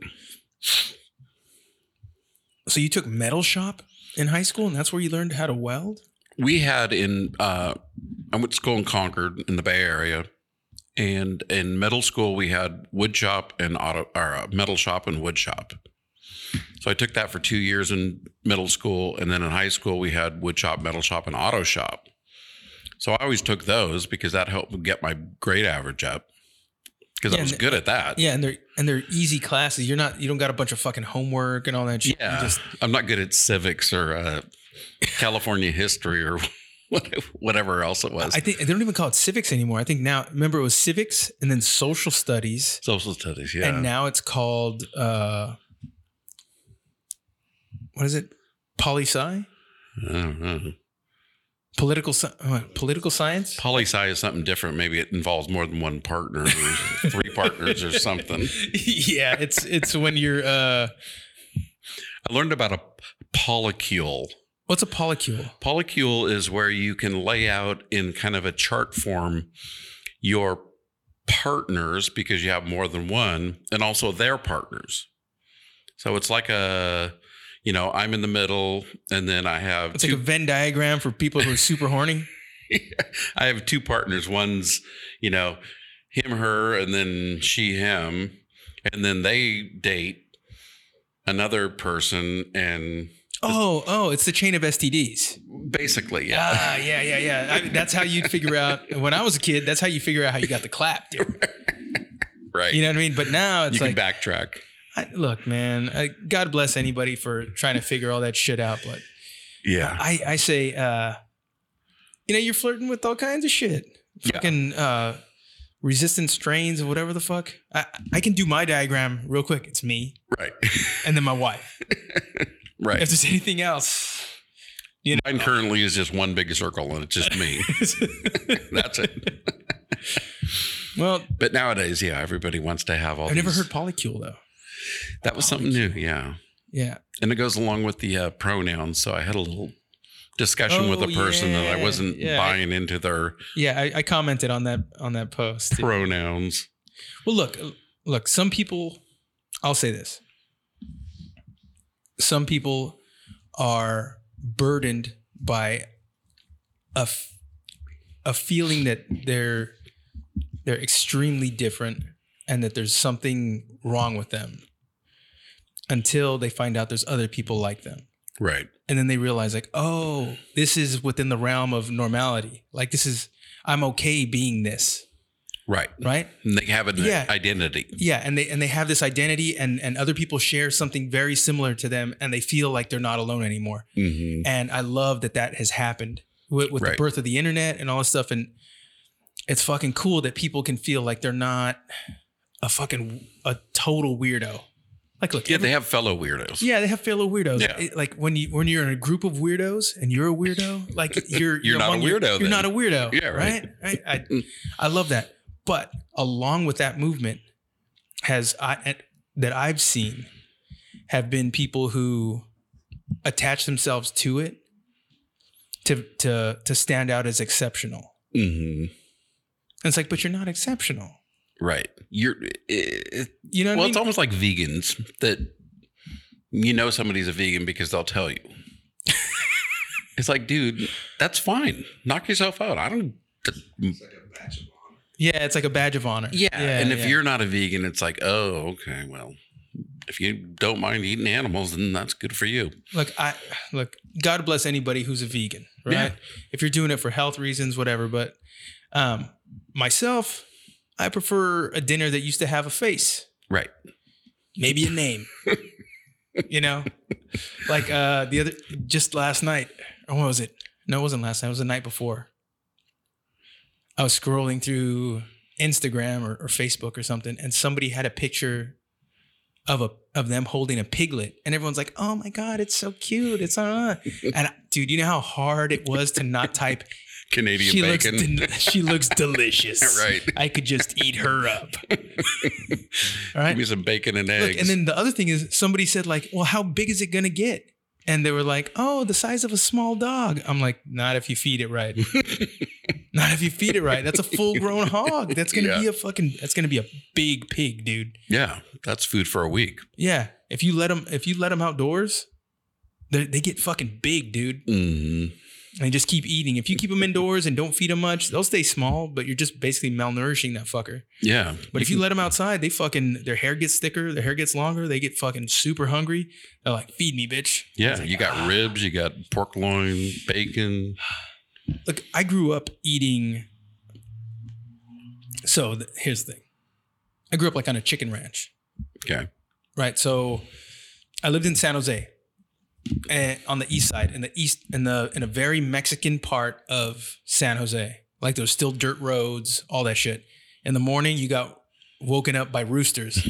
So you took metal shop in high school and that's where you learned how to weld?
we had in uh, I went to school in Concord in the Bay Area, and in middle school we had wood shop and auto or uh, metal shop and wood shop. So I took that for two years in middle school, and then in high school we had wood shop, metal shop, and auto shop. So I always took those because that helped get my grade average up because
Yeah,
I was
and-
good at that.
Yeah, and they're and they're easy classes. You're not you don't got a bunch of fucking homework and all that shit. You
Yeah.
just
I'm not good at civics or uh, California history or whatever else it was.
I think they don't even call it civics anymore. I think now remember it was civics and then social studies.
Social studies, yeah.
And now it's called uh what is it? Poli sci?
I don't know.
Political sci- uh, political science?
Poli sci is something different. Maybe it involves more than one partner, or three partners, or something.
yeah, it's it's when you're uh
I learned about a polycule.
what's a polycule?
Polycule is where you can lay out in kind of a chart form your partners because you have more than one, and also their partners. So it's like a, you know, I'm in the middle, and then I have
It's like a Venn diagram for people who are super horny.
I have two partners. One's, you know, him, her, and then she, him. And then they date another person. And
Oh, oh, it's the chain of STDs.
basically, yeah.
Ah, yeah, yeah, yeah. I, that's how you'd figure out. When I was a kid, that's how you figure out how you got the clap, dude.
right.
You know what I mean? But now it's
you
like,
can backtrack.
I, look, man. I, God bless anybody for trying to figure all that shit out. But
Yeah.
I, I say, uh, you know, you're flirting with all kinds of shit.
Yeah.
Fucking uh, resistant strains or whatever the fuck. I, I can do my diagram real quick. It's me
Right.
and then my wife.
Right.
If there's anything else,
Mine currently is just one big circle and it's just me. That's it.
well,
But nowadays, yeah, everybody wants to have all
I've never
these-
heard polycule though.
that was something new. Yeah.
Yeah.
And it goes along with the uh, pronouns. So I had a little discussion with
Oh,
a person that I
yeah,
wasn't
yeah.
buying into their
Yeah, I, I commented on that on that post.
pronouns.
Well, look, look. Some people, I'll say this. Some people are burdened by a f- a feeling that they're they're extremely different and that there's something wrong with them until they find out there's other people like them.
Right.
and then they realize like oh this is within the realm of normality like this is i'm okay being this
Right.
right
And they have an
Yeah.
identity.
yeah and they and they have this identity and and other people share something very similar to them and they feel like they're not alone anymore
Mm-hmm.
and i love that that has happened with, with the
Right.
birth of the internet and all this stuff and it's fucking cool that people can feel like they're not a fucking a total weirdo Like, look,
Yeah,
every-
they have fellow weirdos.
yeah, they have fellow weirdos.
Yeah.
It- like when you when you're in a group of weirdos and you're a weirdo, like you're
You're not a
among your-
weirdo
You're
then.
not a weirdo.
Yeah, right.
Right. I, I I love that. But along with that movement, has I at- that I've seen have been people who attach themselves to it to to to stand out as exceptional.
hmm
And it's like, but you're not exceptional.
Right. You're. It, it,
You know what
well,
I
it's
mean?
almost like vegans that you know somebody's a vegan because they'll tell you. it's like, dude, that's fine. Knock yourself out. I don't.
yeah, it's like a badge of honor.
Yeah. and if
yeah.
you're not a vegan, it's like, oh, okay, well, if you don't mind eating animals, then that's good for you.
look i look god bless anybody who's a vegan right
Yeah.
if you're doing it for health reasons whatever but um myself i prefer a dinner that used to have a face
Right.
maybe a name you know like uh the other just last night or what was it no it wasn't last night it was the night before i was scrolling through instagram or, or facebook or something and somebody had a picture of a of them holding a piglet and everyone's like oh my god it's so cute it's uh and I- dude you know how hard it was to not type
Canadian
she
bacon.
looks del- she looks delicious
Right.
i could just eat her up all right
Give me some bacon and
Look,
eggs.
and then the other thing is somebody said like, "Well, how big is it gonna get?" And they were like, "Oh, the size of a small dog." I'm like, "Not if you feed it right. Not if you feed it right. That's a full-grown hog. That's gonna
Yeah.
be a fucking. That's gonna be a big pig, dude.
yeah, that's food for a week.
Yeah. If you let them, if you let them outdoors, they they get fucking big, dude.
Mm-hmm.
And they just keep eating. If you keep them indoors and don't feed them much, they'll stay small. But you're just basically malnourishing that fucker.
Yeah.
But if you let them outside, they fucking their hair gets thicker, their hair gets longer, they get fucking super hungry. They're like, "Feed me, bitch."
Yeah, you got ribs, you got pork loin, bacon.
Look, I grew up eating. So th- here's the thing, I grew up like on a chicken ranch,
Okay.
right? So I lived in San Jose, and on the east side, in the east, in the in a very Mexican part of San Jose. Like there's still dirt roads, all that shit. In the morning, you got woken up by roosters,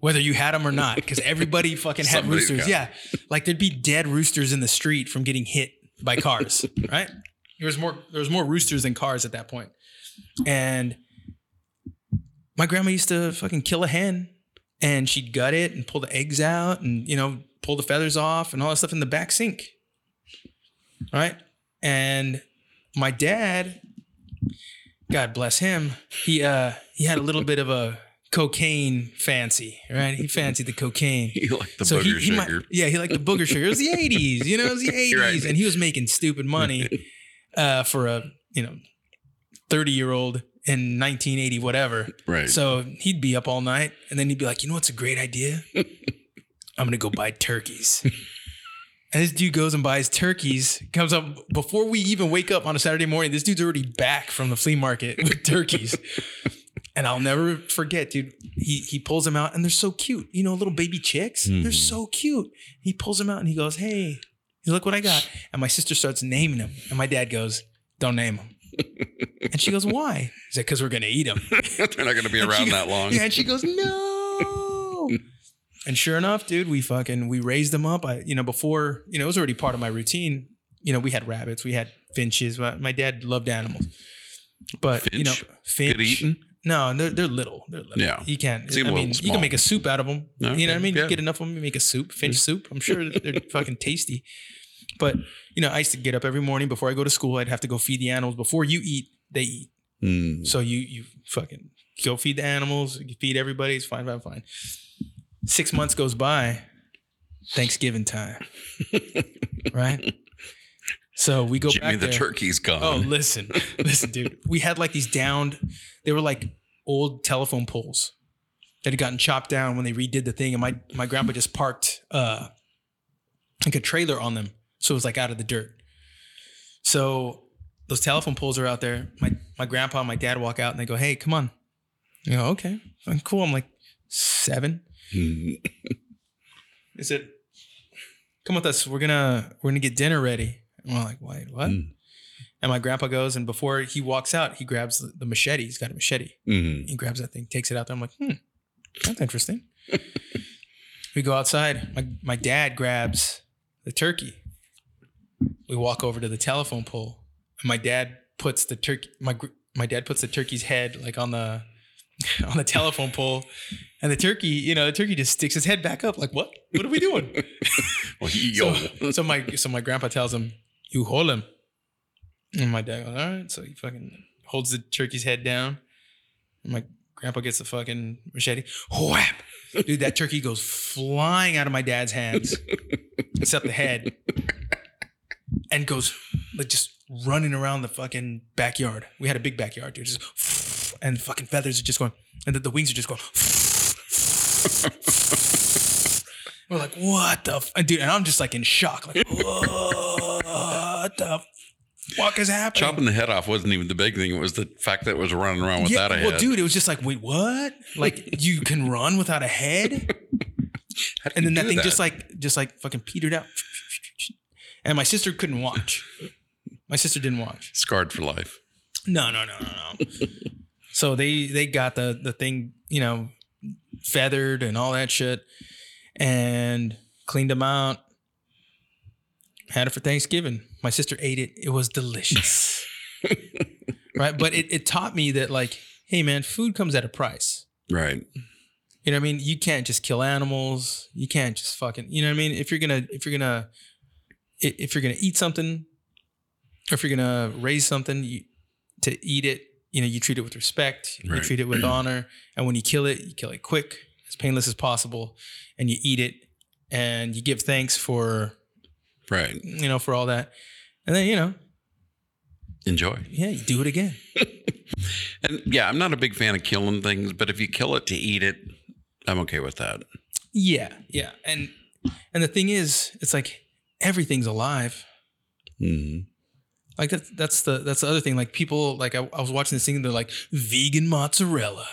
whether you had them or not, because everybody fucking had
Somebody's
roosters.
got
Yeah, like there'd be dead roosters in the street from getting hit by cars, right? There was more there was more roosters than cars at that point. And my grandma used to fucking kill a hen and she'd gut it and pull the eggs out and you know pull the feathers off and all that stuff in the back sink. Right? And my dad, God bless him, he uh he had a little bit of a cocaine fancy, right? He fancied the cocaine
You like the booger
he, he might-
sugar.
yeah, he liked the booger sugar. It was the eighties, you know, it was the eighties,
You're right.
and he was making stupid money uh, for a you know thirty year old in nineteen eighty whatever.
right.
So he'd be up all night, and then he'd be like, you know what's a great idea? I'm gonna go buy turkeys. And this dude goes and buys turkeys, comes up before we even wake up on a Saturday morning. This dude's already back from the flea market with turkeys. and I'll never forget, dude. He he pulls them out and they're so cute. You know, little baby chicks. They're
Mhm.
so cute. He pulls them out and he goes, Hey, look what I got. And my sister starts naming them. And my dad goes, Don't name them. and she goes, Why? He's like, Because we're gonna eat them.
They're not going to be
And she
around
go-
that long.
Yeah, and she goes, no. and sure enough, dude, we fucking we raised them up. I, you know, before you know, it was already part of my routine. You know, we had rabbits, we had finches. My, my dad loved animals, but you know,
Finch?
finch.
Good eating.
No, they're they're little. They're little.
Yeah.
you can't.
Seem
I
a
mean,
little
you can
small.
make a soup out of them.
No,
you know what I mean?
yeah.
Get enough of them, you make a soup, finch soup. I'm sure that they're fucking tasty. But you know, I used to get up every morning before I go to school. I'd have to go feed the animals before you eat. They eat.
Mm.
So you you fucking go feed the animals, you feed everybody. It's fine, fine, fine. Six months goes by, Thanksgiving time, right? So we go
Jimmy
back
the
there.
turkey's gone.
Oh, listen, listen, dude. We had like these downed. They were like old telephone poles that had gotten chopped down when they redid the thing, and my my grandpa just parked uh like a trailer on them, so it was like out of the dirt. So those telephone poles are out there. My my grandpa and my dad walk out and they go, "Hey, come on." You know, okay, I'm cool. I'm like seven.
Mm.
They said, "Come with us. We're gonna we're gonna get dinner ready." And we're like, "Wait, what?"
Mm.
And my grandpa goes, and before he walks out, he grabs the, the machete. He's got a machete.
Mm.
He grabs that thing, takes it out there. I'm like, "Hmm, that's interesting." We go outside. My my dad grabs the turkey. We walk over to the telephone pole, and my dad puts the turkey my gr- my dad puts the turkey's head like on the on the telephone pole, and the turkey you know the turkey just sticks his head back up like what what are we doing?
Well, yo.
So, so my so my grandpa tells him, "You hold him," and my dad goes, "All right." So he fucking holds the turkey's head down. And my grandpa gets the fucking machete. Whap! Dude, that turkey goes flying out of my dad's hands, except the head, and goes like just running around the fucking backyard. We had a big backyard, dude. Just and fucking feathers are just going, and the, the wings are just going. We're like, what the f-? and dude? And I'm just like in shock, like, what the fuck is happening?
Chopping the head off wasn't even the big thing. It was the fact that it was running around without a head.
Well, dude, it was just like, wait, what? Like you can run without a head?
How
And
did
then
you
that
do
thing just like just like fucking petered out. And my sister couldn't watch. My sister didn't watch.
scarred for life.
No, no, no, no, no. so they they got the the thing, you know, feathered and all that shit and cleaned them out. Had it for Thanksgiving. My sister ate it. It was delicious. right? But it, it taught me that like, hey man, food comes at a price.
Right.
You know what I mean? You can't just kill animals. You can't just fucking. You know what I mean? If you're gonna, if you're gonna, i- if you're gonna eat something, or if you're gonna raise something, you, to eat it, you know, you treat it with respect. You
Right.
treat it with honor. And when you kill it, you kill it quick, as painless as possible, and you eat it, and you give thanks for
Right.
you know for all that, and then you know,
Enjoy.
yeah, you do it again.
And yeah, I'm not a big fan of killing things, but if you kill it to eat it, I'm okay with that.
Yeah, yeah. And and the thing is, it's like everything's alive.
Mhm.
Like that's that's the that's the other thing. Like people like I, I was watching this thing. They're like vegan mozzarella,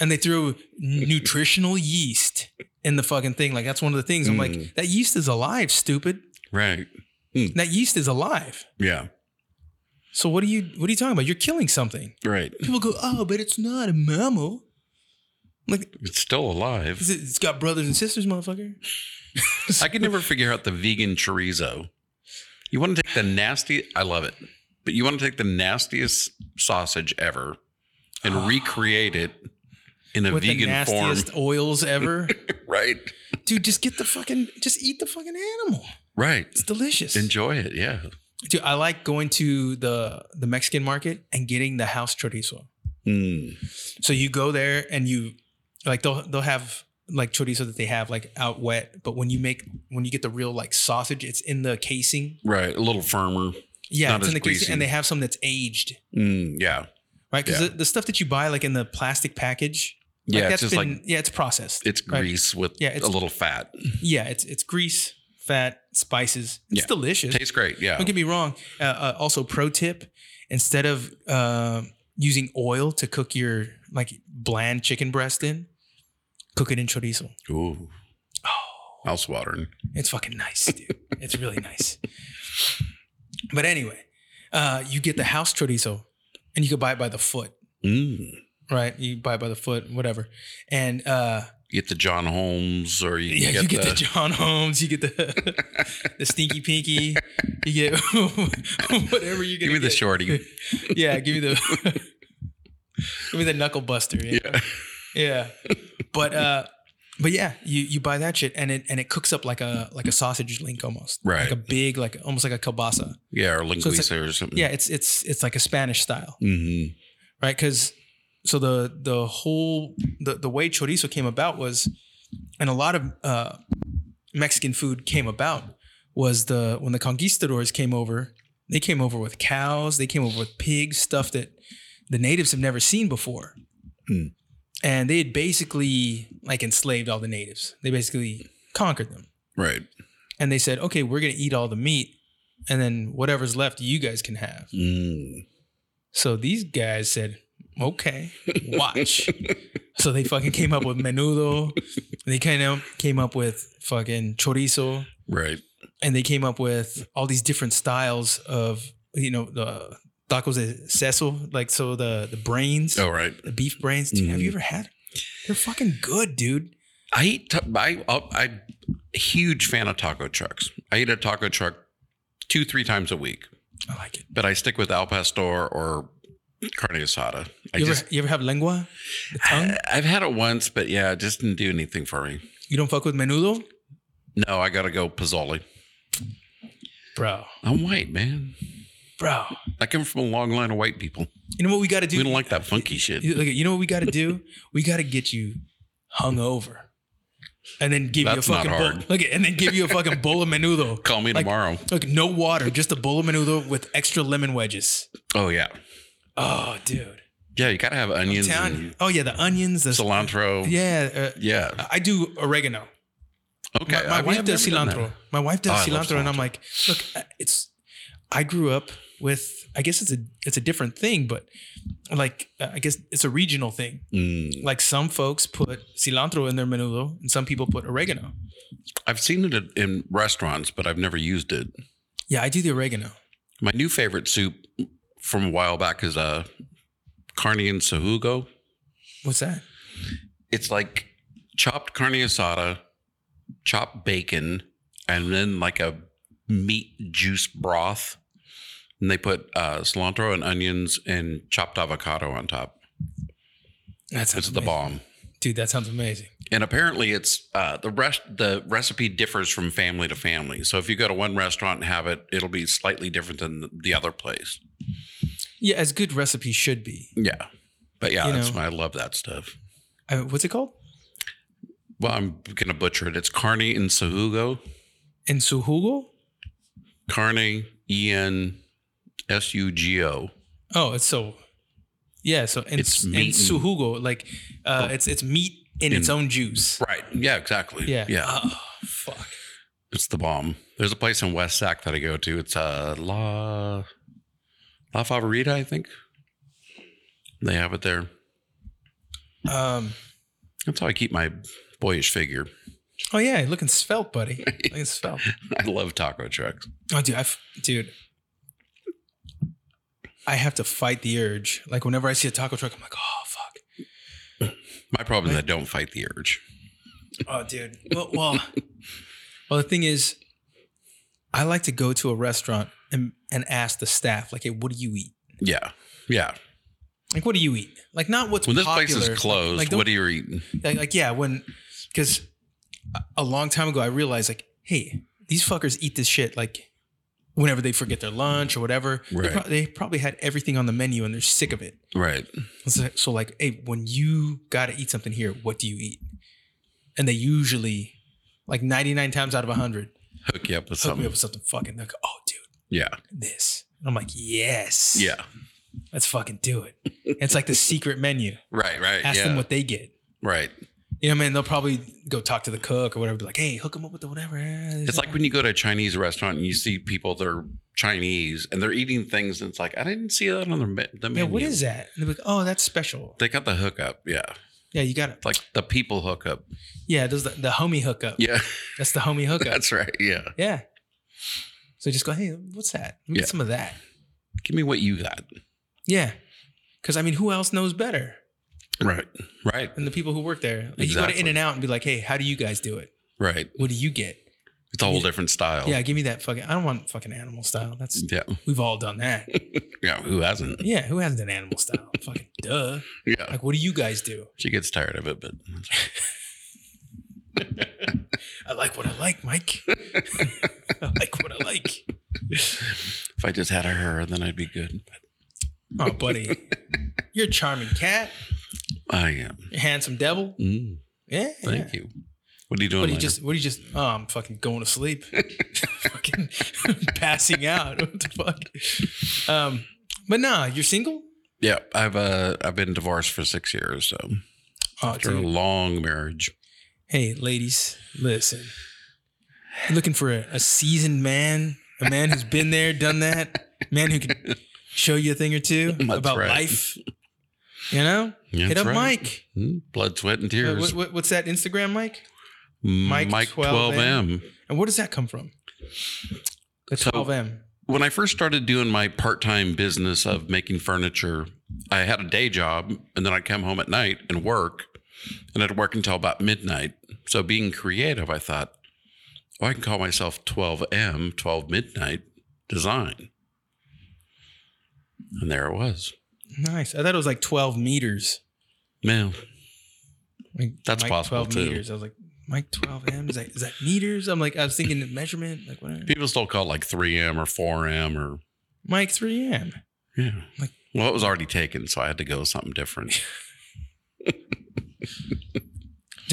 and they threw nutritional yeast in the fucking thing. Like that's one of the things. I'm
Mm.
like that yeast is alive, stupid.
Right.
That yeast is alive.
Yeah.
So what are you what are you talking about? You're killing something.
Right.
People go, oh, but it's not a mammal. Like
It's still alive.
it's- it's got brothers and sisters, motherfucker.
I could never figure out the vegan chorizo. You want to take the nasty, I love it, but you want to take the nastiest sausage ever and recreate it in a
With the
vegan form.
nastiest oils ever,
Right.
dude. Just get the fucking just eat the fucking animal.
Right.
It's delicious.
Enjoy it. Yeah.
Dude, I like going to the the Mexican market and getting the house chorizo.
Mm.
So you go there and you like they'll they'll have like chorizo that they have like out wet, but when you make when you get the real like sausage, it's in the casing.
Right. A little firmer.
Yeah,
Not
it's
as
in the
greasy.
casing, and they have some that's aged,
Mm, yeah.
right? Because
Yeah.
the, the stuff that you buy like in the plastic package, like,
Yeah. It's
that's
just
been
like
yeah, it's processed.
it's
right.
grease with
Yeah, it's-
a little fat.
yeah, it's it's grease, fat, spices. It's
Yeah.
delicious.
Tastes great. Yeah.
Don't get me wrong. Uh, uh, also, pro tip: instead of uh, using oil to cook your like bland chicken breast in, cook it in chorizo.
Ooh. Mouth watering.
It's fucking nice, dude. it's really nice. But anyway, uh, you get the house chorizo, and you can buy it by the foot,
Mm.
right? You buy it by the foot, whatever. And uh,
You get the John Holmes or you
yeah,
get,
you get
the,
the, John Holmes, you get the the Stinky Pinky, you get whatever you
give me the shorty.
yeah, give me the give me the knuckle buster. Yeah.
yeah.
yeah. But uh but yeah, you you buy that shit and it and it cooks up like a like a sausage link almost.
Right.
Like a big like almost like a kielbasa.
Yeah. Or
it's like-
linguiça or something.
Yeah, it's it's it's like a Spanish style,
hmm
right? Cuz so the the whole the the way chorizo came about was and a lot of uh Mexican food came about was the when the conquistadors came over, they came over with cows, they came over with pigs, stuff that the natives have never seen before.
Hmm.
And they had basically like enslaved all the natives. They basically conquered them.
Right.
And they said, "Okay, we're going to eat all the meat and then whatever's left you guys can have."
Mm.
So these guys said, okay, watch. so they fucking came up with menudo. They kind of came up with fucking chorizo.
Right.
And they came up with all these different styles of, you know, the tacos de seso, like so the, the brains,
Oh, right.
the beef brains. Dude, have you
Mhm.
ever had? They're fucking good, dude.
I eat. ta- I, I'm a huge fan of taco trucks. I eat a taco truck two, three times a week,
I like it.
but I stick with al pastor or carne asada. I
You ever,
just
you ever have lengua? The tongue?
I've had it once, but yeah, it just didn't do anything for me.
You don't fuck with menudo?
No, I gotta go Pozzoli.
Bro,
I'm white, man.
bro.
I come from a long line of white people.
You know what we got to do?
we don't like that funky shit.
You- Look, you know what we got to do? We got to get you hung over, and then give
That's
you a
not
fucking bowl.
hard.
Look, and then give you a fucking bowl of menudo.
Call me
Like-
tomorrow.
Look, no water, just a bowl of menudo with extra lemon wedges.
Oh yeah,
Oh, dude.
yeah. You gotta have onions,
Town-
and
oh yeah, the onions, the
cilantro.
yeah.
Yeah.
Uh, I do oregano.
Okay.
my, my
I- we
wife
have
does
never done that.
cilantro. My wife does
Oh, I love
cilantro, and I'm like, look, uh, it's. I grew up with. I guess it's a it's a different thing, but like uh, I guess it's a regional thing.
Mm.
Like some folks put cilantro in their menudo, and some people put oregano.
I've seen it in- in restaurants, but I've never used it.
Yeah, I do the oregano.
My new favorite soup from a while back is uh, carne and sahugo.
What's that?
It's like chopped carne asada, chopped bacon, and then like a meat juice broth. And they put uh, cilantro and onions and chopped avocado on top.
That sounds
It's the
amazing.
bomb.
dude. That sounds amazing.
And apparently, it's uh, the rest. The recipe differs from family to family. So if you go to one restaurant and have it, it'll be slightly different than the other place.
Yeah, as good recipes should be.
Yeah, but yeah,
You
that's
know.
why I love that stuff.
Uh, what's it called?
Well, I'm gonna butcher it. It's carne and sahugo.
In sujugo?
Carne E N S U G O.
Oh, it's so. Yeah, so in,
It's
in
meat and- Oh.
sujugo, like uh, it's it's meat in, its
In-
own juice.
Right. Yeah. Exactly.
Yeah.
Yeah.
Oh, fuck.
It's the bomb. There's a place in West Sac that I go to. It's uh, La La Favorita, I think. They have it there.
Um.
That's how I keep my boyish figure.
Oh yeah, you're looking svelte, buddy. Looking svelte.
I love taco trucks.
Oh, dude, I f- dude. I have to fight the urge. Like whenever I see a taco truck, I'm like, oh fuck.
My problem is I don't fight the urge.
Oh, dude. Well, well, well, the thing is, I like to go to a restaurant and, and ask the staff, like, hey, what do you eat?
Yeah. Yeah.
Like, what do you eat? Like, not what's
When this
popular.
place is closed,
Like, like,
what are you eating?
like, like, yeah, when, because a long time ago, I realized, like, hey, these fuckers eat this shit, like, whenever they forget their lunch or whatever. They
Right.
prob- they probably had everything on the menu and they're sick of it.
Right.
So, so like, hey, when you gotta eat something here, what do you eat? And they usually, like 99 times out of 100,
Hook you up with
hook me
something.
up with something fucking like, oh dude,
Yeah.
this. And I'm like, yes.
Yeah.
Let's fucking do it. it's like the secret menu.
Right. Right.
Ask
yeah.
them what they get.
right.
You know what I mean? They'll probably go talk to the cook or whatever, be like, hey, hook them up with the whatever.
It's like when you go to a Chinese restaurant and you see people that are Chinese and they're eating things, and it's like I didn't see that on their me-
Yeah,
the menu.
what is that? And they're like, oh, that's special.
They got the hookup. Yeah.
Yeah, you got it.
Like the people hookup.
Yeah, those the, the homie hookup.
Yeah.
That's the homie hookup.
That's right. Yeah.
yeah. So just go, hey, what's that? Let me
Yeah.
get some of that.
Give me what you got.
Yeah. Because I mean, who else knows better
Right. Right.
than the people who work there? Like, You go to
Exactly.
In and Out and be like, hey, how do you guys do it?
Right.
What do you get?
It's a whole
Yeah.
different style.
Yeah, give me that fucking. I don't want fucking animal style. That's
Yeah.
we've all done that.
Yeah. Who hasn't?
Yeah, who hasn't done animal style? fucking duh.
Yeah.
Like, what do you guys do?
She gets tired of it, but
I like what I like, Mike. I like what I like.
if I just had a her, then I'd be good.
Oh, buddy, you're a charming cat.
I am.
You're a handsome devil.
Mm,
Yeah.
thank
yeah.
you. What are you doing?
What do you
later?
just? What do you just? Oh, I'm fucking going to sleep. fucking passing out. What the fuck? Um, but nah, you're single.
yeah, I've uh, I've been divorced for six years, so
Oh,
after a
dude.
long marriage.
Hey, ladies, listen. You're looking for a, a seasoned man, a man who's been there, done that, a man who can show you a thing or two
That's
about
right.
life. You know,
Yeah,
hit
that's
up
right.
Mike.
Mm, blood, sweat, and
Uh,
tears.
what- what- what's that Instagram, Mike? Mike
Mike, 12
12M.
M.
And where does that come from? The
So-
12M.
When I first started doing my part time business of making furniture, I had a day job and then I'd come home at night and work, and I'd work until about midnight. So being creative, I thought, well, I can call myself 12M, 12 Midnight Design. And there it was.
Nice. I thought it was like 12 meters.
Man,
Like,
That's possible, too.
Meters. I was like, Mike 12 M. Is that is that meters? I'm like, I was thinking measurement. Like, what?
people still call it like 3M or 4M or,
Mike 3 M.
yeah.
Like-
well, it was already taken, so I had to go something different.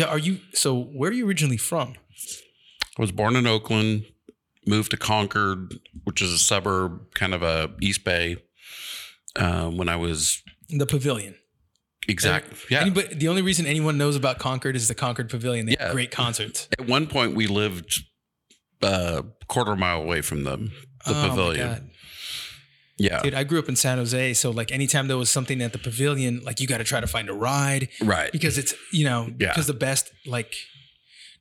Are you? So, where are you originally from?
I was born in Oakland, moved to Concord, which is a suburb, kind of a East Bay, uh, when I was
The Pavilion.
exact. Yeah.
Anybody, the only reason anyone knows about Concord is the Concord Pavilion. They have
Yeah.
great concerts.
At one point, we lived uh, quarter mile away from them. The
Oh my
Pavilion.
God.
Yeah.
Dude, I grew up in San Jose, so like anytime there was something at the Pavilion, like you got to try to find a ride
right.
because it's you know
Yeah.
because the best like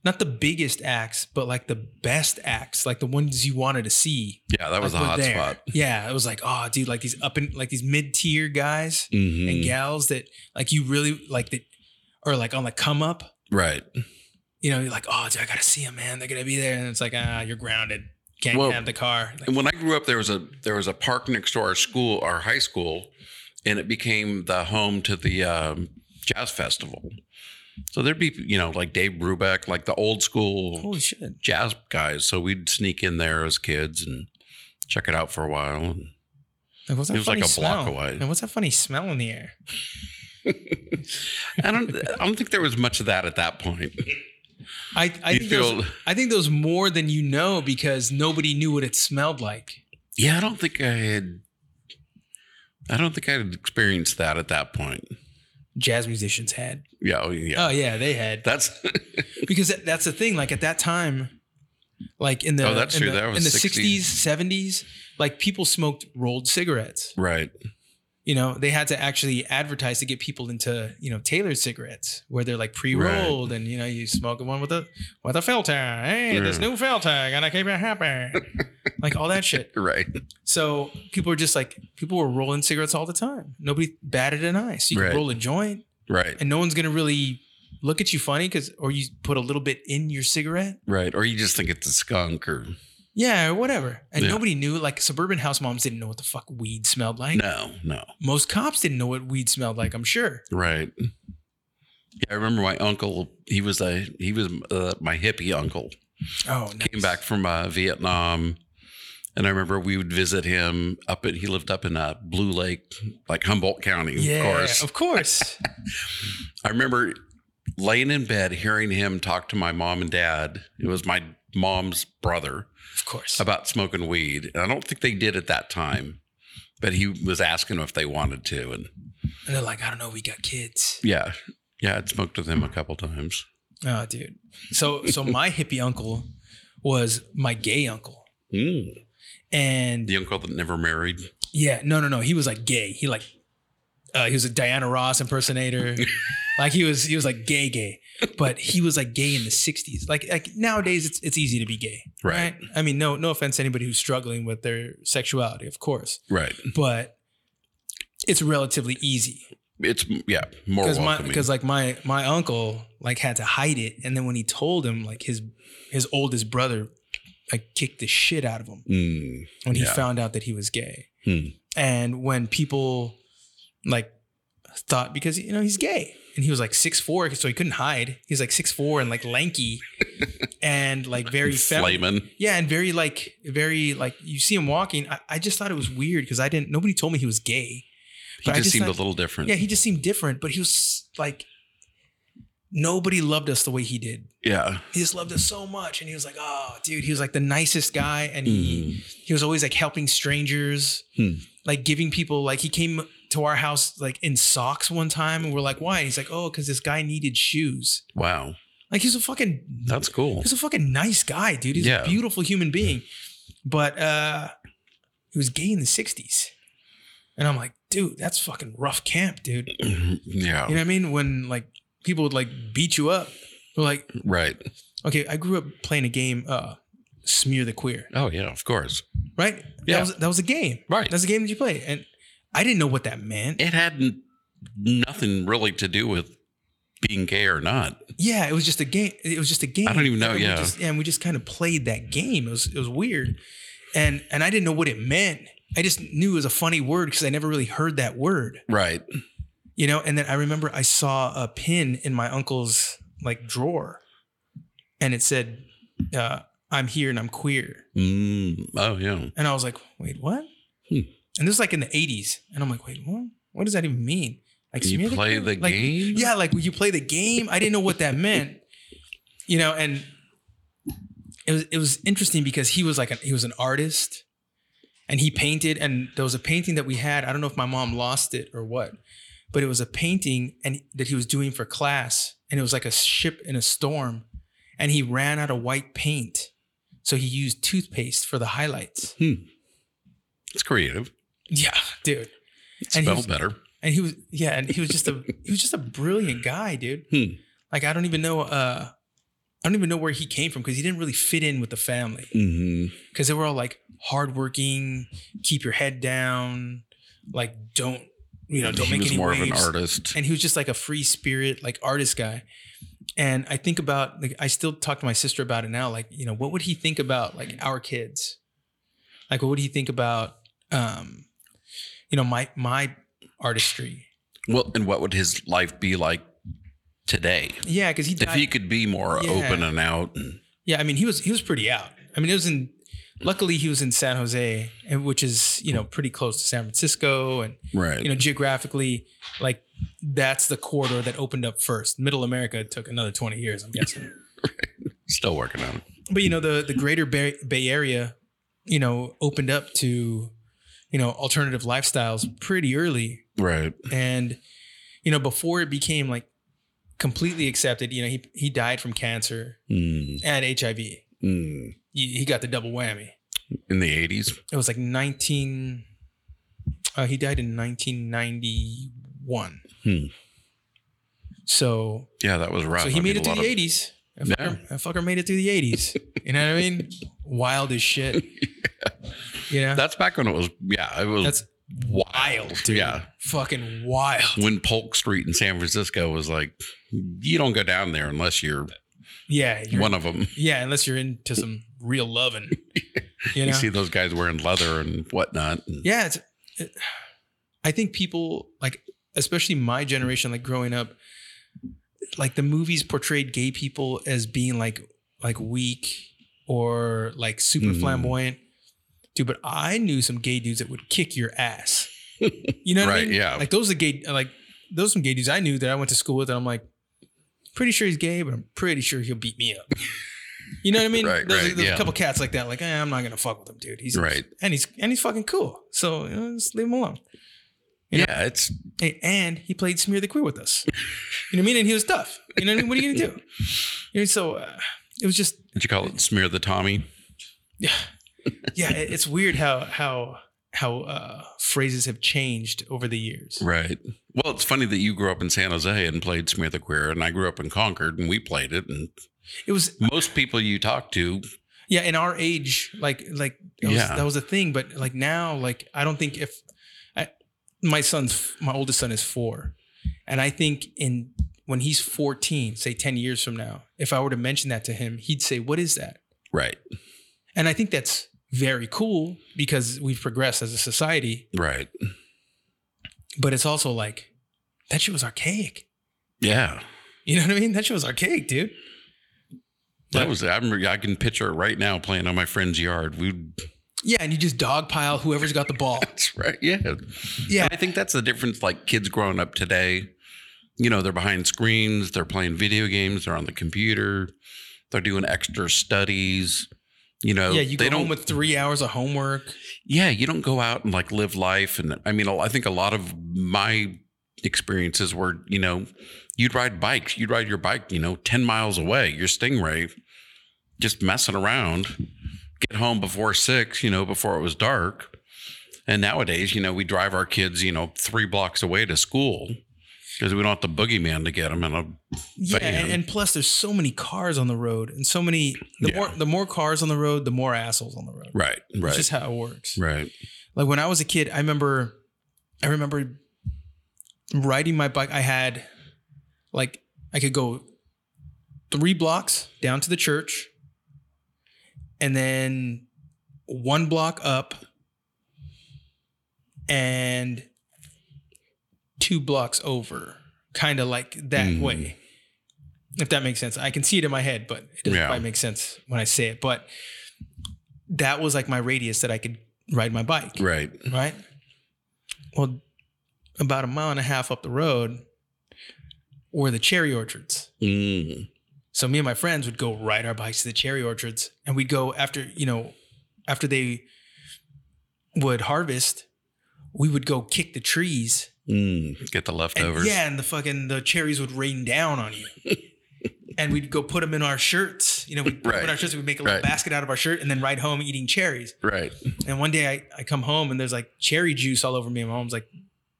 not the biggest acts, but like the best acts, like the ones you wanted to see
Yeah. That was
like,
a
were
hot
there.
spot.
Yeah, it was like, oh, dude, like these up and like these mid tier guys
Mhm.
and gals that like you really like that are like on the come up.
Right.
You know, you're like, oh, dude, I gotta see them, man. They're gonna be there, and it's like, ah, you're grounded. Can't
Well-
have the car. Like,
And when I grew up, there was a there was a park next to our school, our high school, and it became the home to the um, jazz festival. So there'd be you know like Dave Brubeck, like the old school.
holy shit.
jazz guys, so we'd sneak in there as kids and check it out for a while. And
Like, what's that
It was like
funny
a block
smell?
away.
And what's that funny smell in the air?
I don't, I don't think there was much of that at that point.
I, I
You
think there's-
feel-
I think there's more than you know because nobody knew what it smelled like.
Yeah, I don't think I had, I don't think I had experienced that at that point.
Jazz musicians had.
Yeah, oh, yeah,
Oh yeah, they had.
that's
because that- that's the thing. Like at that time, like in the
Oh, that's
in
true.
the,
That was
in the
60s.
sixties, seventies, like people smoked rolled cigarettes.
right.
You know, they had to actually advertise to get people into you know tailored cigarettes where they're like pre-rolled and you know you smoke one with a with a filter. Hey, this
Yeah.
new filter gonna keep you happy. like all that shit.
Right,
So people were just like people were rolling cigarettes all the time. Nobody batted an eye. So you
Right.
could roll a joint
right,
and no one's gonna really look at you funny because or you put a little bit in your cigarette.
right. Or you just think it's a skunk or
Yeah, or whatever. And
Yeah.
nobody knew. Like suburban house moms didn't know what the fuck weed smelled like.
no, no,
Most cops didn't know what weed smelled like. I'm sure.
right. Yeah, I remember my uncle. He was a he was uh, my hippie uncle.
Oh, nice.
came back from uh, Vietnam, and I remember we would visit him up at he lived up in uh, Blue Lake, like Humboldt County,
Yeah,
of course.
Of course.
I remember laying in bed hearing him talk to my mom and dad. It was my mom's brother
of course.
about smoking weed, and I don't think they did at that time, but he was asking if they wanted to, and
And they're like, I don't know, we got kids.
yeah, yeah, I'd smoked with him a couple times.
Oh, dude. So, so my hippie uncle was my gay uncle,
Mm.
and
The uncle that never married.
yeah, no, no, no, he was like gay. He like, uh, he was a Diana Ross impersonator. like he was, he was like gay, gay, but he was like gay in the '60s. Like, like nowadays, it's it's easy to be gay.
Right,
I mean, no, no offense to anybody who's struggling with their sexuality, of course,
right.
but it's relatively easy
It's yeah, more
because my
welcoming.
because like my my uncle like had to hide it, and then when he told him, like his his oldest brother like kicked the shit out of him
Mm,
when he
Yeah.
found out that he was gay,
Hmm.
and when people like thought because you know he's gay and he was like six four so he couldn't hide he's like six four and like lanky and like very feminine
flaming.
Yeah, and very like very like you see him walking. I, I just thought it was weird because I didn't. Nobody told me he was gay.
He
But I
just,
just
seemed
thought-
a little different.
Yeah, he just seemed different, but he was like nobody loved us the way he did.
yeah.
He just loved us so much, and he was like, oh, dude, he was like the nicest guy, and he he was always like helping strangers,
Mm-hmm. Hmm.
like giving people like he came to our house like in socks one time, and we're like, why? And he's like, oh, because this guy needed shoes.
Wow,
Like he's a fucking
that's cool.
He's a fucking nice guy, dude. He's
Yeah.
a beautiful human being. But uh he was gay in the 60s. And I'm like, dude, that's fucking rough camp, dude. You
yeah,
know what I mean? When like people would like beat you up. They're like,
right.
okay, I grew up playing a game, uh, Smear the Queer,
Oh yeah, of course.
right?
Yeah.
That was that was a game.
Right.
That's a game that you played. And I didn't know what that meant.
it had n- nothing really to do with being gay or not.
Yeah, it was just a game. It was just a game.
I don't even know,
And we
yeah.
just, and we just kind of played that game. It was it was weird, and and I didn't know what it meant. I just knew it was a funny word because I never really heard that word,
Right.
you know. And then I remember I saw a pin in my uncle's like drawer, and it said, uh, "I'm here and I'm queer,"
Mm. Oh yeah.
and I was like, "Wait, what?"
Hmm.
And this is like in the '80s, and I'm like, "Wait, what? What does that even mean?" Like
you
smear
play
queer-
the
like,
game.
yeah, like would you play the game? I didn't know what that meant. You know, and it was it was interesting because he was like an, he was an artist and he painted and there was a painting that we had. I don't know if my mom lost it or what, but it was a painting and that he was doing for class and it was like a ship in a storm and he ran out of white paint. So he used toothpaste for the highlights.
It's creative.
Yeah, dude.
It's
And he was-
spelled better.
And he was yeah, and he was just a he was just a brilliant guy, dude.
Hmm.
Like I don't even know uh I don't even know where he came from because he didn't really fit in with the family.
hmm
Because they were all like hardworking, keep your head down, like don't you know, don't
he
make
was
any
more of an
waves.
artist.
And he was just like a free spirit, like artist guy. And I think about like I still talk to my sister about it now, like, you know, what would he think about like our kids? Like what would he think about um, you know, my my artistry?
well, and what would his life be like today
Yeah, because he died.
if he could be more
Yeah.
open and out?
Yeah, I mean he was he was pretty out. I mean it was in luckily he was in San Jose, and which is you know pretty close to San Francisco, and
Right.
you know geographically like that's the corridor that opened up first. Middle America took another twenty years, I'm guessing.
Still working on it.
but you know the the greater Bay, Bay Area, you know opened up to you know alternative lifestyles pretty early,
Right.
and you know before it became like completely accepted. You know he he died from cancer
Mm.
and HIV. He,
Mm.
he got the double whammy.
In the eighties.
it was like 19 uh, he died in 1991
Hmm.
so
Yeah, that was rough.
so he
I
made
mean,
it
a
through
lot
the
of-
80s that fucker, that fucker made it through the 80s you know what i mean wild as shit you know
That's back when it was. Yeah, it was.
that's wild dude.
Yeah.
fucking wild
when Polk Street in San Francisco was like, you don't go down there unless you're
yeah you're-
one of them.
yeah unless you're into some real loving you
You,
know
see those guys wearing leather and whatnot. and-
yeah it's it, i think people like especially my generation like growing up like the movies portrayed gay people as being like like weak or like super
Mhm.
flamboyant dude but i knew some gay dudes that would kick your ass you know what
Right,
i mean
yeah.
like those are gay like those are some gay dudes i knew that i went to school with and i'm like pretty sure he's gay but i'm pretty sure he'll beat me up you know what i mean
Right,
there's,
right,
there's
yeah.
a couple cats like that like eh, i'm not gonna fuck with him dude he's
Right.
and he's and he's fucking cool. So you know, just leave him alone. You know-
yeah, it's
Hey, and he played Smear the Queer with us. You know what I mean? And he was tough. You know what I mean? What are you gonna do? You know, so uh, it was just
what you call it, smear the Tommy.
yeah, yeah. it- it's weird how how how uh, phrases have changed over the years.
Right. Well, it's funny that you grew up in San Jose and played smear the queer, and I grew up in Concord and we played it. And
It was
most people you talk to,
yeah, in our age, like like that was,
Yeah.
that was a thing. But like now, like I don't think if I, my son's my oldest son is four, and I think in when he's fourteen, say ten years from now, if I were to mention that to him, he'd say, "What is that?"
right,
And I think that's very cool because we've progressed as a society.
right,
But it's also like that shit was archaic.
yeah.
You know what I mean? That shit was archaic, dude.
That was I remember. I can picture it right now playing on my friend's yard. We,
Yeah, and you just dogpile whoever's got the ball.
that's right. Yeah,
Yeah,
And I think that's the difference. Like kids growing up today, you know, they're behind screens, they're playing video games, they're on the computer, they're doing extra studies. You know,
yeah. You
they
go
don't.
home with three hours of homework.
yeah, you don't go out and like live life. And I mean, I think a lot of my experiences were, you know, you'd ride bikes, you'd ride your bike, you know, ten miles away, your Stingray, just messing around. Get home before six, you know, before it was dark. And nowadays, you know, we drive our kids, you know, three blocks away to school because we don't have the boogeyman to get them. And I'm-
Yeah,
But, you
and,
know.
and plus there's so many cars on the road, and so many the
Yeah.
more the more cars on the road, the more assholes on the road.
right,
It's
right,
just how it works.
right.
Like when I was a kid, I remember, I remember riding my bike. I had, like, I could go three blocks down to the church and then one block up and two blocks over, kind of like that
Mm.
way. If that makes sense. I can see it in my head, but it doesn't
Yeah.
quite make sense when I say it. But that was like my radius that I could ride my bike
Right.
right? Well, about a mile and a half up the road were the cherry orchards.
Mm.
So me and my friends would go ride our bikes to the cherry orchards, and we'd go after you know, after they would harvest, we would go kick the trees.
Mm. Get the
And
leftovers.
yeah, and the fucking the cherries would rain down on you. and we'd go put them in our shirts. You know, we'd
Right.
put our shirts, we'd make a little
Right.
basket out of our shirt, and then ride home eating cherries.
Right.
And one day I, I come home and there's like cherry juice all over me. And my mom's like,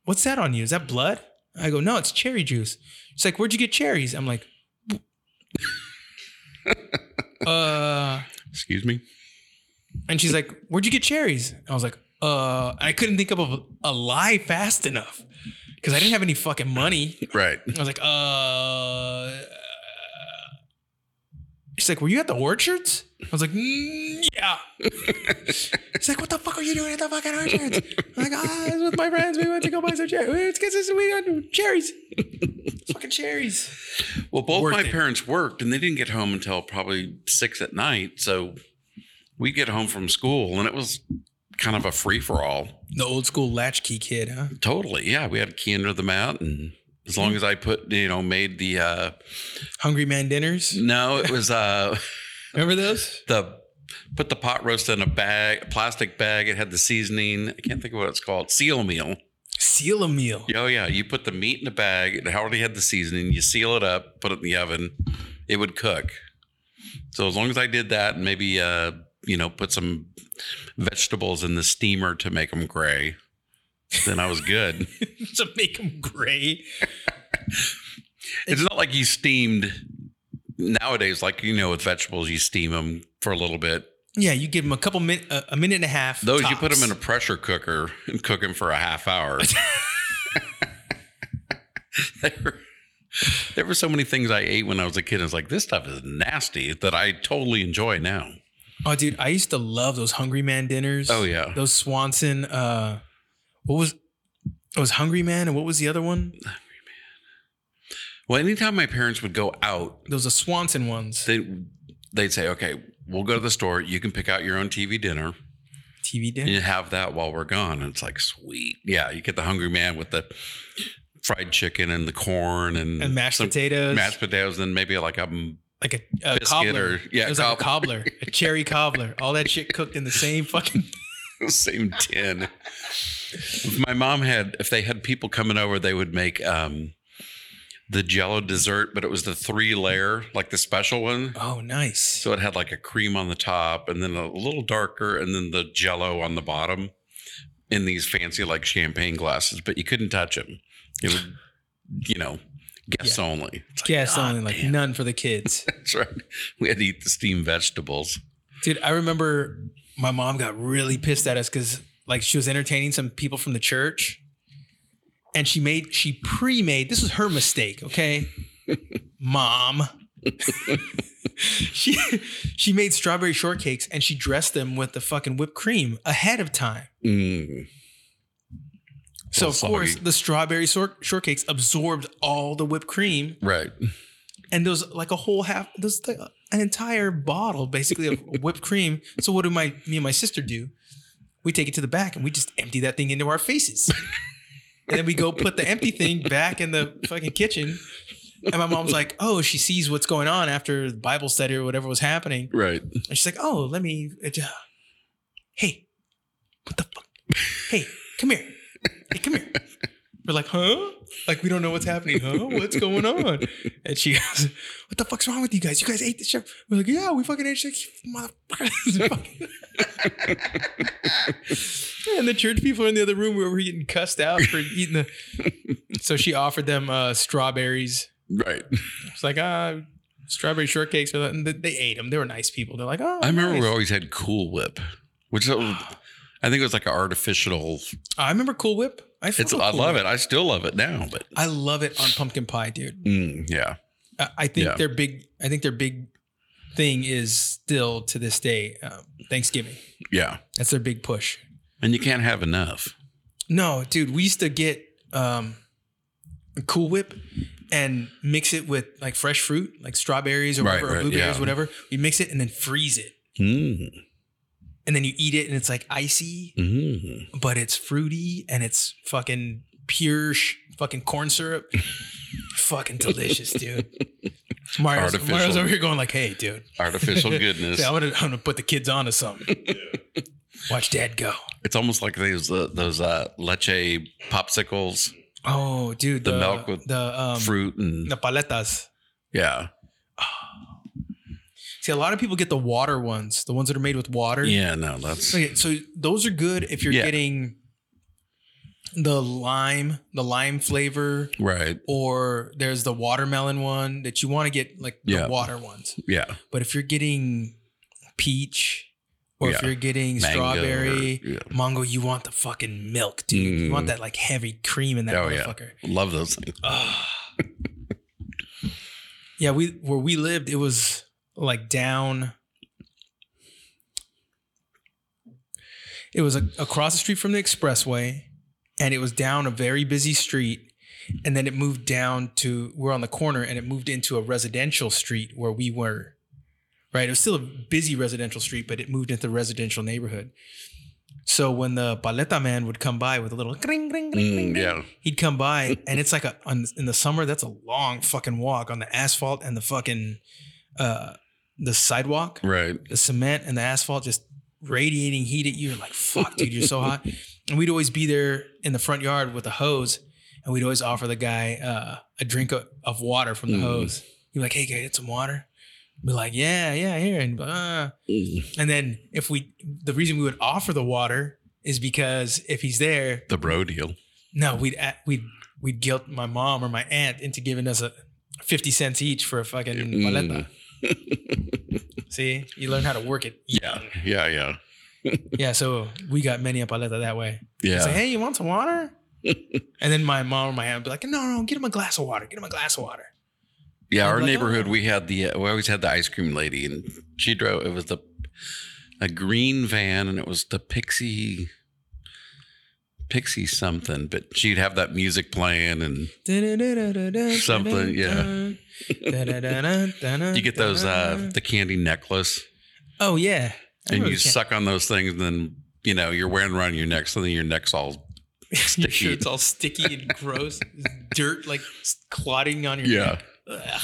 What's that on you? Is that blood? I go, No, it's cherry juice. She's like, Where'd you get cherries? I'm like, Uh,
Excuse me.
and she's like, Where'd you get cherries? I was like, Uh, I couldn't think of a, a lie fast enough because I didn't have any fucking money.
Right.
I was like, Uh, she's like, Were you at the orchards? I was like, "Mm, Yeah. She's like, what the fuck are you doing at the fucking orchards? I'm like, ah, I was with my friends. We went to go buy some cherries. Let's get this. We got cherries. It's fucking cherries.
Well, both
Worth
my
it.
parents worked and they didn't get home until probably six at night. So we get home from school and it was kind of a free for all.
The old school latchkey kid, huh?
Totally. Yeah. We had a key under the mat. And as long as I put, you know, made the, uh,
Hungry man dinners.
no, it was, uh,
Remember those?
the, put the pot roast in a bag, plastic bag. It had the seasoning. I can't think of what it's called. Seal meal.
Seal a meal.
Oh yeah, you put the meat in a bag. It already had the seasoning. You seal it up, put it in the oven. It would cook. So as long as I did that, and maybe uh, you know, put some vegetables in the steamer to make them gray, then I was good.
to make them gray.
it's not like you steamed nowadays. Like you know, with vegetables, you steam them for a little bit.
Yeah, you give them a couple minutes, a, a minute and a half.
Those you put them in a
tops.
pressure cooker and cook them for a half hour. there, were, there were so many things I ate when I was a kid. I was like, this stuff is nasty that I totally enjoy now.
Oh, dude, I used to love those Hungry Man dinners.
Oh yeah,
those Swanson. Uh, what was it was Hungry Man, and what was the other one?
Well, anytime my parents would go out,
Those are Swanson ones.
they they'd say, okay, we'll go to the store. You can pick out your own TV dinner
TV dinner.
and you have that while we're gone. And it's like sweet. Yeah, you get the hungry man with the fried chicken and the corn and,
and mashed
some
potatoes,
mashed potatoes, and maybe like a
like a, a
biscuit
cobbler.
or yeah,
it was like a cobbler, a cherry cobbler. All that shit cooked in the same fucking.
same tin. If my mom had, if they had people coming over, they would make um, the Jello dessert, but it was the three layer, like the special one.
Oh, nice.
So it had like a cream on the top, and then a little darker, and then the Jello on the bottom, in these fancy like champagne glasses. But you couldn't touch them. It would, you know, guess only. It's like,
Yes,
"God
only like
damn."
none for the kids,
That's right. We had to eat the steamed vegetables.
dude. I remember my mom got really pissed at us because like she was entertaining some people from the church, and she made she pre-made. This was her mistake, okay, mom. she she made strawberry shortcakes and she dressed them with the fucking whipped cream ahead of time.
Mm.
So of
Little
course,
soggy.
the strawberry sor- shortcakes absorbed all the whipped cream,
right.
and there's like a whole half, there's like an entire bottle basically of whipped cream. So what do my me and my sister do? We take it to the back and we just empty that thing into our faces, and then we go put the empty thing back in the fucking kitchen. And my mom's like, "Oh, she sees what's going on after the Bible study or whatever was happening."
Right.
And she's like, "Oh, let me." uh, j- hey, what the fuck? Hey, come here. Hey, come here. We're like, huh? Like we don't know what's happening, huh? What's going on? And she goes, "What the fuck's wrong with you guys? You guys ate this shit." We're like, "Yeah, we fucking ate shit, you motherfuckers." and the church people in the other room we were getting cussed out for eating the. So she offered them uh, strawberries.
Right.
It's like, ah, strawberry shortcakes. Or that. And they- they ate them. They were nice people. They're like, oh,
I remember we
nice.
always had Cool Whip, which was- I think it was like an artificial.
I remember Cool Whip. I,
It's I love it. I still love it now, but
I love it on pumpkin pie, dude.
mm, yeah,
I- I think
Yeah.
their big. I think their big thing is still to this day um, Thanksgiving.
Yeah.
That's their big push.
And you can't have enough.
No, dude, we used to get um, Cool Whip and mix it with like fresh fruit, like strawberries or
Right,
whatever, or
right,
blueberries,
yeah.
whatever. We mix it and then freeze it, Mm-hmm.
Mm.
and then you eat it, and it's like icy,
Mm.
but it's fruity and it's fucking pure sh- fucking corn syrup. fucking delicious, dude. Mario's,
Artificial.
Mario's over here going like, "Hey, dude,
Artificial goodness.
yeah, I'm gonna, I'm gonna put the kids on to something. Watch Dad go."
It's almost like those uh, those uh, leche popsicles,
Oh, dude, the,
The milk with
the um,
fruit, and
the paletas.
yeah,
See, a lot of people get the water ones, the ones that are made with water.
yeah. No, that's
Okay, so those are good if you're
Yeah.
getting the lime, the lime flavor,
right.
or there's the watermelon one that you want to get like
Yeah.
the water ones.
Yeah,
But if you're getting peach or if
Yeah.
you're getting
Mango or-
strawberry,
yeah.
mango, you want the fucking milk, dude. You want
Mm.
that like heavy cream in that
Oh, yeah.
motherfucker.
love those things.
Ah. yeah, we where we lived, it was like down. It was a, across the street from the expressway, and it was down a very busy street, and then it moved down to we're on the corner, and it moved into a residential street where we were. Right, it was still a busy residential street, but it moved into residential neighborhood. So when the paleta man would come by with a little ring, ring, ring, ring,
Mm, yeah,
he'd come by and it's like a on, in the summer that's a long fucking walk on the asphalt and the fucking uh the sidewalk
right.
the cement and the asphalt just radiating heat at you you're like fuck dude you're so hot and we'd always be there in the front yard with a hose and we'd always offer the guy uh, a drink of, of water from the
Mm.
hose he'd be like hey can I get some water be like yeah yeah here and uh,
Mm.
and then if we the reason we would offer the water is because if he's there
The bro deal.
no, we'd a- we'd we'd guilt my mom or my aunt into giving us a fifty cents each for a fucking
Mm.
paleta. See, you learn how to work it.
Yeah, yeah, yeah,
yeah. So we got many a paleta that way. It's like,
yeah.
hey, you want some water? and then my mom or my aunt would be like, no, no, get him a glass of water. Get him a glass of water.
Yeah,
I'm
our
like,
neighborhood,
oh.
we had the uh, we always had the ice cream lady, and she drove. It was the a green van, and it was the Pixie Pixie something. But she'd have that music playing, and Something, yeah.
yeah.
you get those uh, the candy necklace,
oh yeah. Mm-hmm. I
and
remember
you
the can-
suck on those things, and then you know you're wearing around your neck, so then your neck's all
Your
sticky.
shirt's all sticky and gross, dirt like clotting on your
yeah.
Ugh.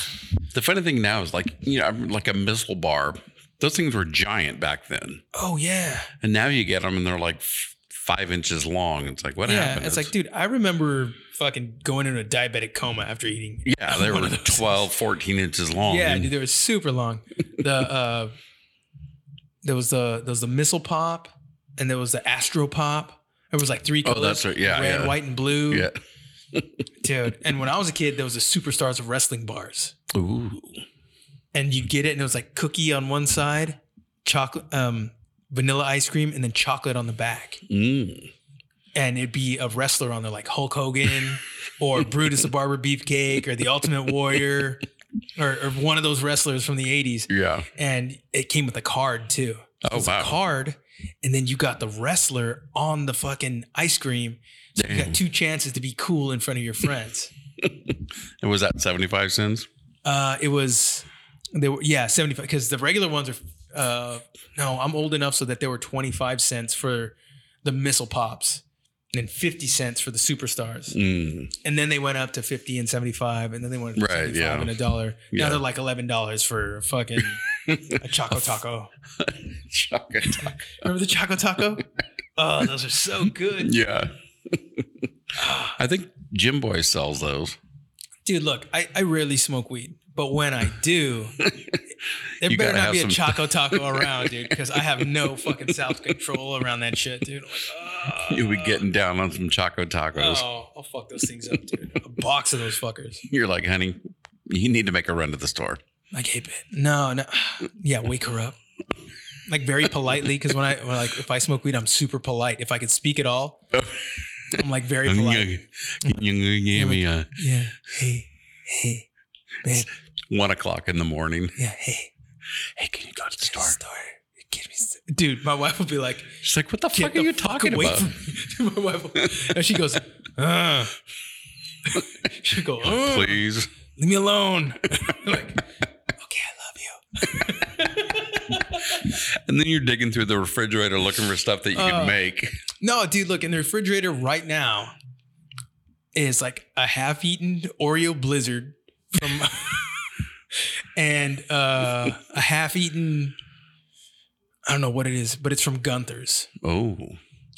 The funny thing now is like you know I'm like a missile bar. Those things were giant back then,
Oh yeah,
and now you get them, and they're like f- five inches long. It's like what
yeah.
happened?
It's like, dude, I remember fucking going into a diabetic coma after eating.
Yeah, they
One
were
of those.
12, 14 inches long.
Yeah, dude, they were super long. The uh, there was the there was the missile pop, and there was the astro pop. There was like three
Oh,
colors.
that's right. Yeah,
red,
yeah.
white, and blue.
Yeah.
dude. And when I was a kid, there was the superstars of wrestling bars,
Ooh.
and you'd get it, and it was like cookie on one side, chocolate, um, vanilla ice cream, and then chocolate on the back.
Mm.
and it'd be a wrestler on there like Hulk Hogan or Brutus the Barber Beefcake or the Ultimate Warrior or, or one of those wrestlers from the 80s.
Yeah.
And it came with a card too. So
Oh,
it was
wow.
A card. And then you got the wrestler on the fucking ice cream. So you
Damn.
got two chances to be cool in front of your friends.
And was that 75 cents?
uh, it was, they were, yeah, 75, because the regular ones are, uh, no, I'm old enough so that they were 25 cents for the missile pops and then 50 cents for the superstars.
Mm.
and then they went up to 50 and 75 and then they went up to
Right,
75
yeah.
and a dollar
Yeah.
now they're like $11 for a fucking a choco taco
Chocolate.
remember the choco taco oh those are so good
yeah. I think Jim Boy sells those.
dude look I, I rarely smoke weed but when i do there
You
better
gotta
not
have
be a
some-
choco taco around dude because i have no fucking self-control around that shit dude I'm like, oh,
You'll be getting down on some Choco Tacos.
oh i'll fuck those things up dude a box of those fuckers
You're like, honey, you need to make a run to the store.
Like, hey, babe. No, no. Yeah, wake her up. Like very politely, because when I when like if I smoke weed, I'm super polite. If I could speak at all, I'm like very polite.
Can you give me a
Yeah. Hey, hey. Hey,
One o'clock in the morning.
yeah, hey,
Hey, can you go to
get
the
a
store?
store. Get me s- Dude, my wife will be like,
She's like, what the
Get
fuck are
the
you
fuck
talking
away
about?
from me. my wife, will- and she goes, uh. she go, "Uh,
Please.
leave me alone. like, okay, I love you.
And then you're digging through the refrigerator looking for stuff that you
Uh,
can make.
No, dude, look in the refrigerator right now is like a half-eaten Oreo Blizzard from and uh, a half-eaten. I don't know what it is, but it's from Gunther's.
Oh,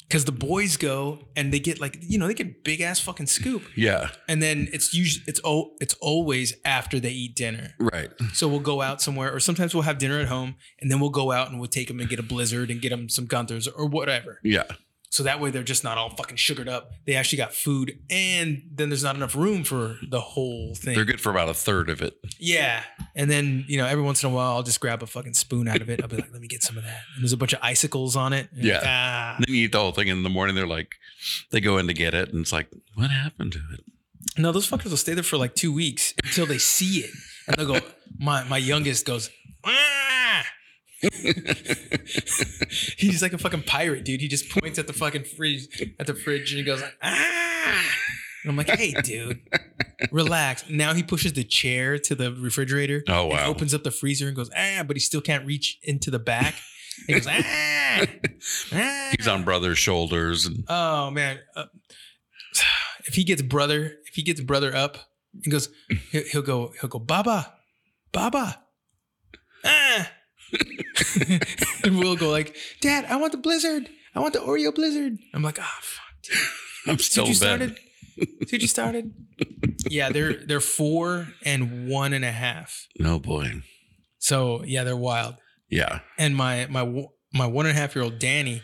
Because the boys go and they get like you know they get big ass fucking scoop,
yeah,
and then it's usually it's oh it's always after they eat dinner.
right.
So we'll go out somewhere, or sometimes we'll have dinner at home, and then we'll go out and we'll take them and get a Blizzard and get them some Gunther's or whatever.
Yeah,
So that way they're just not all fucking sugared up. They actually got food, and then there's not enough room for the whole thing.
they're good for about a third of it.
Yeah. And then, you know, every once in a while, I'll just grab a fucking spoon out of it. I'll be like, let me get some of that. And there's a bunch of icicles on it. And
Yeah.
ah.
And then you eat the whole thing, and in the morning they're like, they go in to get it, and it's like, what happened to it?
No, those fuckers will stay there for like two weeks until they see it. And they'll go, my, my youngest goes, ah. He's like a fucking pirate, dude. He just points at the fucking fridge at the fridge and he goes, ah. And I'm like, hey, dude, relax. Now he pushes the chair to the refrigerator.
Oh,
and
wow.
opens up the freezer and goes, ah, but he still can't reach into the back. He goes, ah. ah.
He's on brother's shoulders, and
Oh man, uh, if he gets brother, if he gets brother up, he goes, he'll, he'll go, he'll go, Baba, Baba, ah, and we'll go like, Dad, I want the blizzard, I want the Oreo blizzard. I'm like, ah, fuck,
I'm
See
still
what
bad.
you started, See what you started. yeah, they're they're four and one and a half.
No boy.
So yeah, they're wild.
Yeah.
And my my wo- my one and a half year old Danny,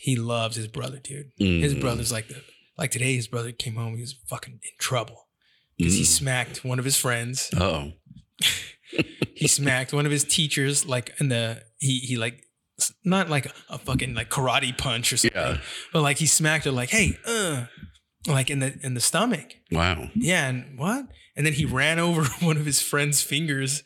he loves his brother, dude. His
Mm.
brother's like the like today. His brother came home. He was fucking in trouble because he smacked one of his friends.
Mm. Oh,
He smacked one of his teachers. Like in the he he like s- not like a fucking like karate punch or something,
yeah.
but like he smacked her like hey uh like in the in the stomach.
Wow.
Yeah, and what? And then he ran over one of his friend's fingers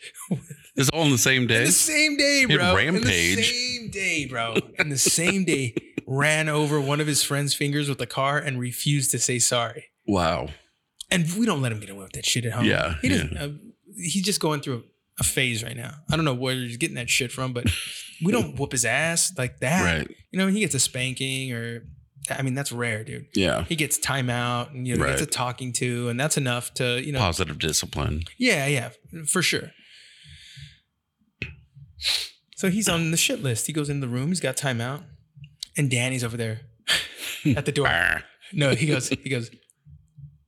It's all in the same
in
day.
the same day,
He
bro. In the
rampaged.
same day, bro. In the same day, ran over one of his friend's fingers with a car and refused to say sorry.
Wow.
and we don't let him get away with that shit at home.
Yeah,
he doesn't. Uh, he's just going through a phase right now. I don't know where he's getting that shit from, but we don't whoop his ass like that.
Right.
You know, he gets a spanking or, I mean, that's rare, dude.
Yeah.
He gets timeout and you know he gets a
Right.
talking to, and that's enough to you know.
Positive discipline.
Yeah, yeah, for sure. So he's on the shit list. He goes in the room. He's got timeout, and Danny's over there at the door.
Arr.
No, he goes, he goes,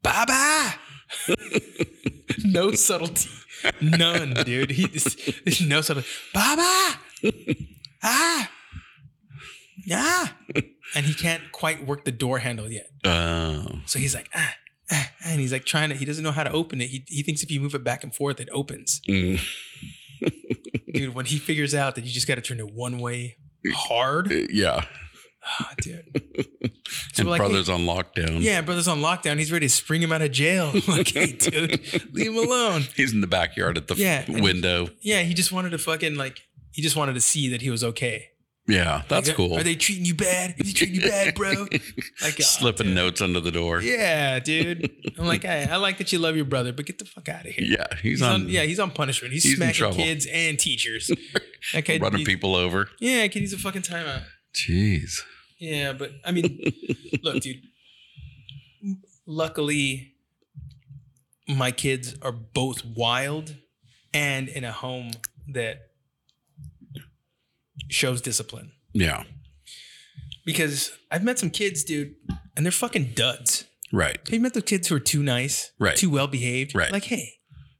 bye bye. no subtlety. None, dude. He just, there's no subtlety. Bye bye. Ah. Yeah. And he can't quite work the door handle yet.
Oh.
So he's like, ah, ah, ah, and he's like trying to, he doesn't know how to open it. He, he thinks if you move it back and forth, it opens.
Mm.
Dude, when he figures out that you just got to turn it one way hard,
Yeah.
ah, dude. So
and
we're like, hey,
brothers on lockdown.
Yeah, brother's on lockdown. He's ready to spring him out of jail. like, hey, dude, leave him alone.
He's in the backyard at the f-
Yeah, and-
window.
Yeah, he just wanted to fucking like he just wanted to see that he was okay.
Yeah, that's
Like,
cool.
Are they treating you bad? Is he treating you bad, bro? Like ah,
Slipping
dude.
notes under the door.
Yeah, dude. I'm like, hey, I like that you love your brother, but get the fuck out of here.
Yeah, he's,
He's
on,
on, yeah, he's on punishment. He's,
he's in
smacking
trouble.
kids and teachers. That kid
running
needs-
people over.
Yeah, kid needs a fucking timeout.
Jeez.
Yeah, but I mean, look, dude. Luckily, my kids are both wild and in a home that shows discipline.
Yeah,
Because I've met some kids, dude, and they're fucking duds.
right.
Have met the kids who are too nice,
Right.
too well behaved?
Right.
Like, hey,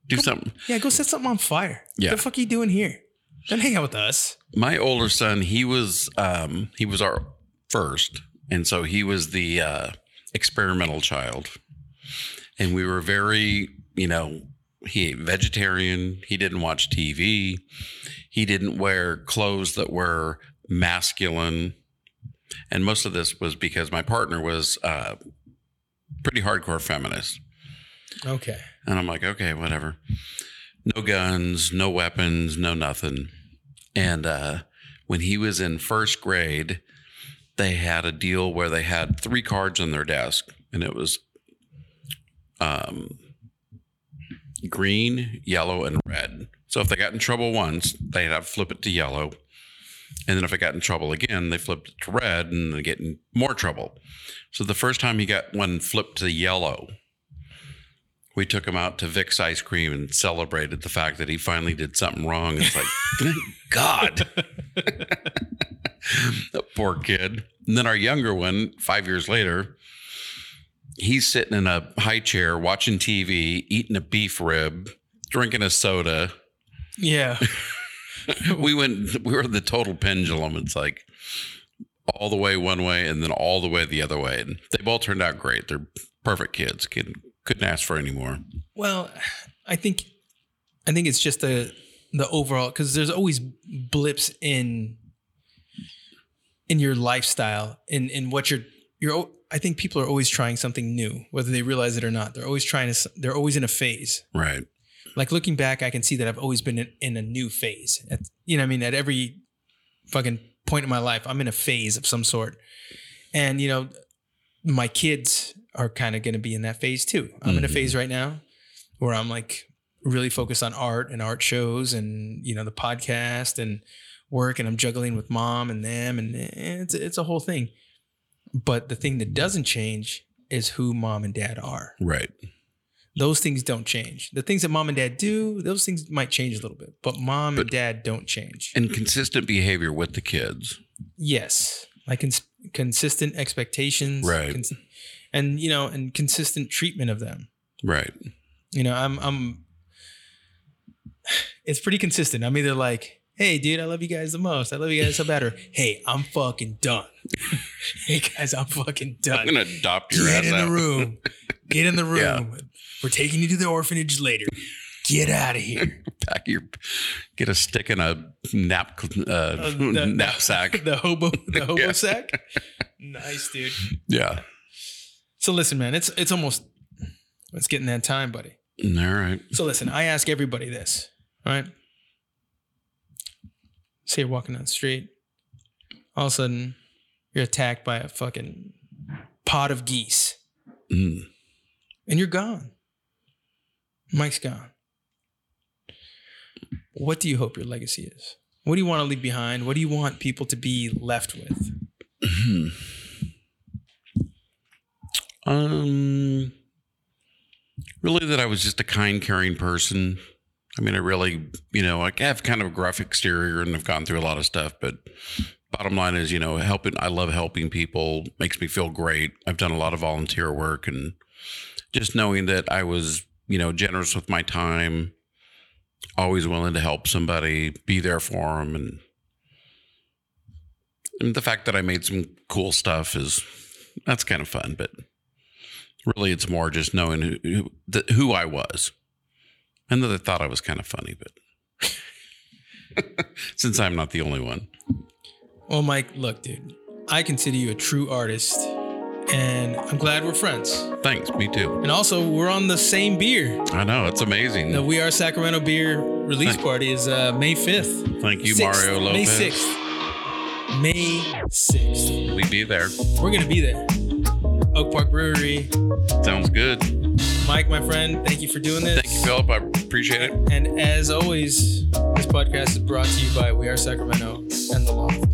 Do something.
yeah, go set something on fire.
Yeah.
What the fuck are you doing here? Don't hang out with us.
My older son, he was um he was our first, and so he was the uh experimental child. And we were very, you know, he ate vegetarian, he didn't watch TV, he didn't wear clothes that were masculine. And most of this was because my partner was uh pretty hardcore feminist.
Okay.
And I'm like, okay, whatever. No guns, no weapons, no nothing. And uh, when he was in first grade, they had a deal where they had three cards on their desk, and it was um, green, yellow, and red. So if they got in trouble once, they'd have to flip it to yellow. And then if they got in trouble again, they flipped it to red and they get in more trouble. So the first time he got one flipped to yellow, we took him out to Vic's ice cream and celebrated the fact that he finally did something wrong. It's like, thank God. that poor kid. And then our younger one, five years later, he's sitting in a high chair watching TV, eating a beef rib, drinking a soda.
Yeah.
We went, we were the total pendulum. It's like all the way one way and then all the way the other way. And they both turned out great. They're perfect kids. Kid couldn't ask for any more.
Well, I think I think it's just the the overall because there's always blips in in your lifestyle in in what you're you're. al- I think people are always trying something new, whether they realize it or not. They're always trying to. s- They're always in a phase.
Right.
Like looking back, I can see that I've always been in, in a new phase. At, you know, what I mean, at every fucking point in my life, I'm in a phase of some sort, and you know, my kids are kind of going to be in that phase too. I'm in a
Mhm.
phase right now where I'm like really focused on art and art shows and you know the podcast and work and I'm juggling with mom and them and it's it's a whole thing. But the thing that doesn't change is who mom and dad are.
Right.
Those things don't change. The things that mom and dad do, those things might change a little bit, but mom and
But-
dad don't change.
And consistent behavior with the kids.
Yes, like cons- consistent expectations,
Right.
cons- and you know, and consistent treatment of them.
Right.
You know, I'm, I'm. It's pretty consistent. I'm either like, "Hey, dude, I love you guys the most. I love you guys so bad," or "Hey, I'm fucking done. hey, guys, I'm fucking
I'm
done.
gonna adopt your
Get
ass
in
out.
the room. Get in the room.
Yeah.
We're taking you to the orphanage later. Get out of here."
Pack your, get a stick and a nap uh,
the-
knapsack.
the hobo, the hobo
Yeah.
sack. Nice, dude.
yeah.
So listen, man, it's it's almost it's getting that time, buddy.
All right.
So listen, I ask everybody this, all right? Say you're walking down the street, all of a sudden you're attacked by a fucking pod of geese,
Mm.
and you're gone. Mike's gone. What do you hope your legacy is? What do you want to leave behind? What do you want people to be left with?
Um. Really, that I was just a kind, caring person. I mean, I really, you know, I have kind of a gruff exterior, and I've gone through a lot of stuff. But bottom line is, you know, helping. I love helping people. Makes me feel great. I've done a lot of volunteer work, and just knowing that I was, you know, generous with my time, always willing to help somebody, be there for them, and and the fact that I made some cool stuff is that's kind of fun, but really it's more just knowing who who, th- who I was. And that I thought I was kind of funny, but since I'm not the only one.
Well, Mike, look, dude, I consider you a true artist, and I'm glad we're friends.
Thanks, me too.
And also, we're on the same beer.
I know, it's amazing.
The We Are Sacramento beer release
Thank-
party is uh, May 5th.
Thank you,
6th,
Mario
May
Lopez.
6th. May 6th.
We be there.
We're going to be there. Oak Park Brewery.
Sounds good.
Mike, my friend, thank you for doing this.
Thank you, Philip. I appreciate it.
And as always, this podcast is brought to you by We Are Sacramento and The Loft.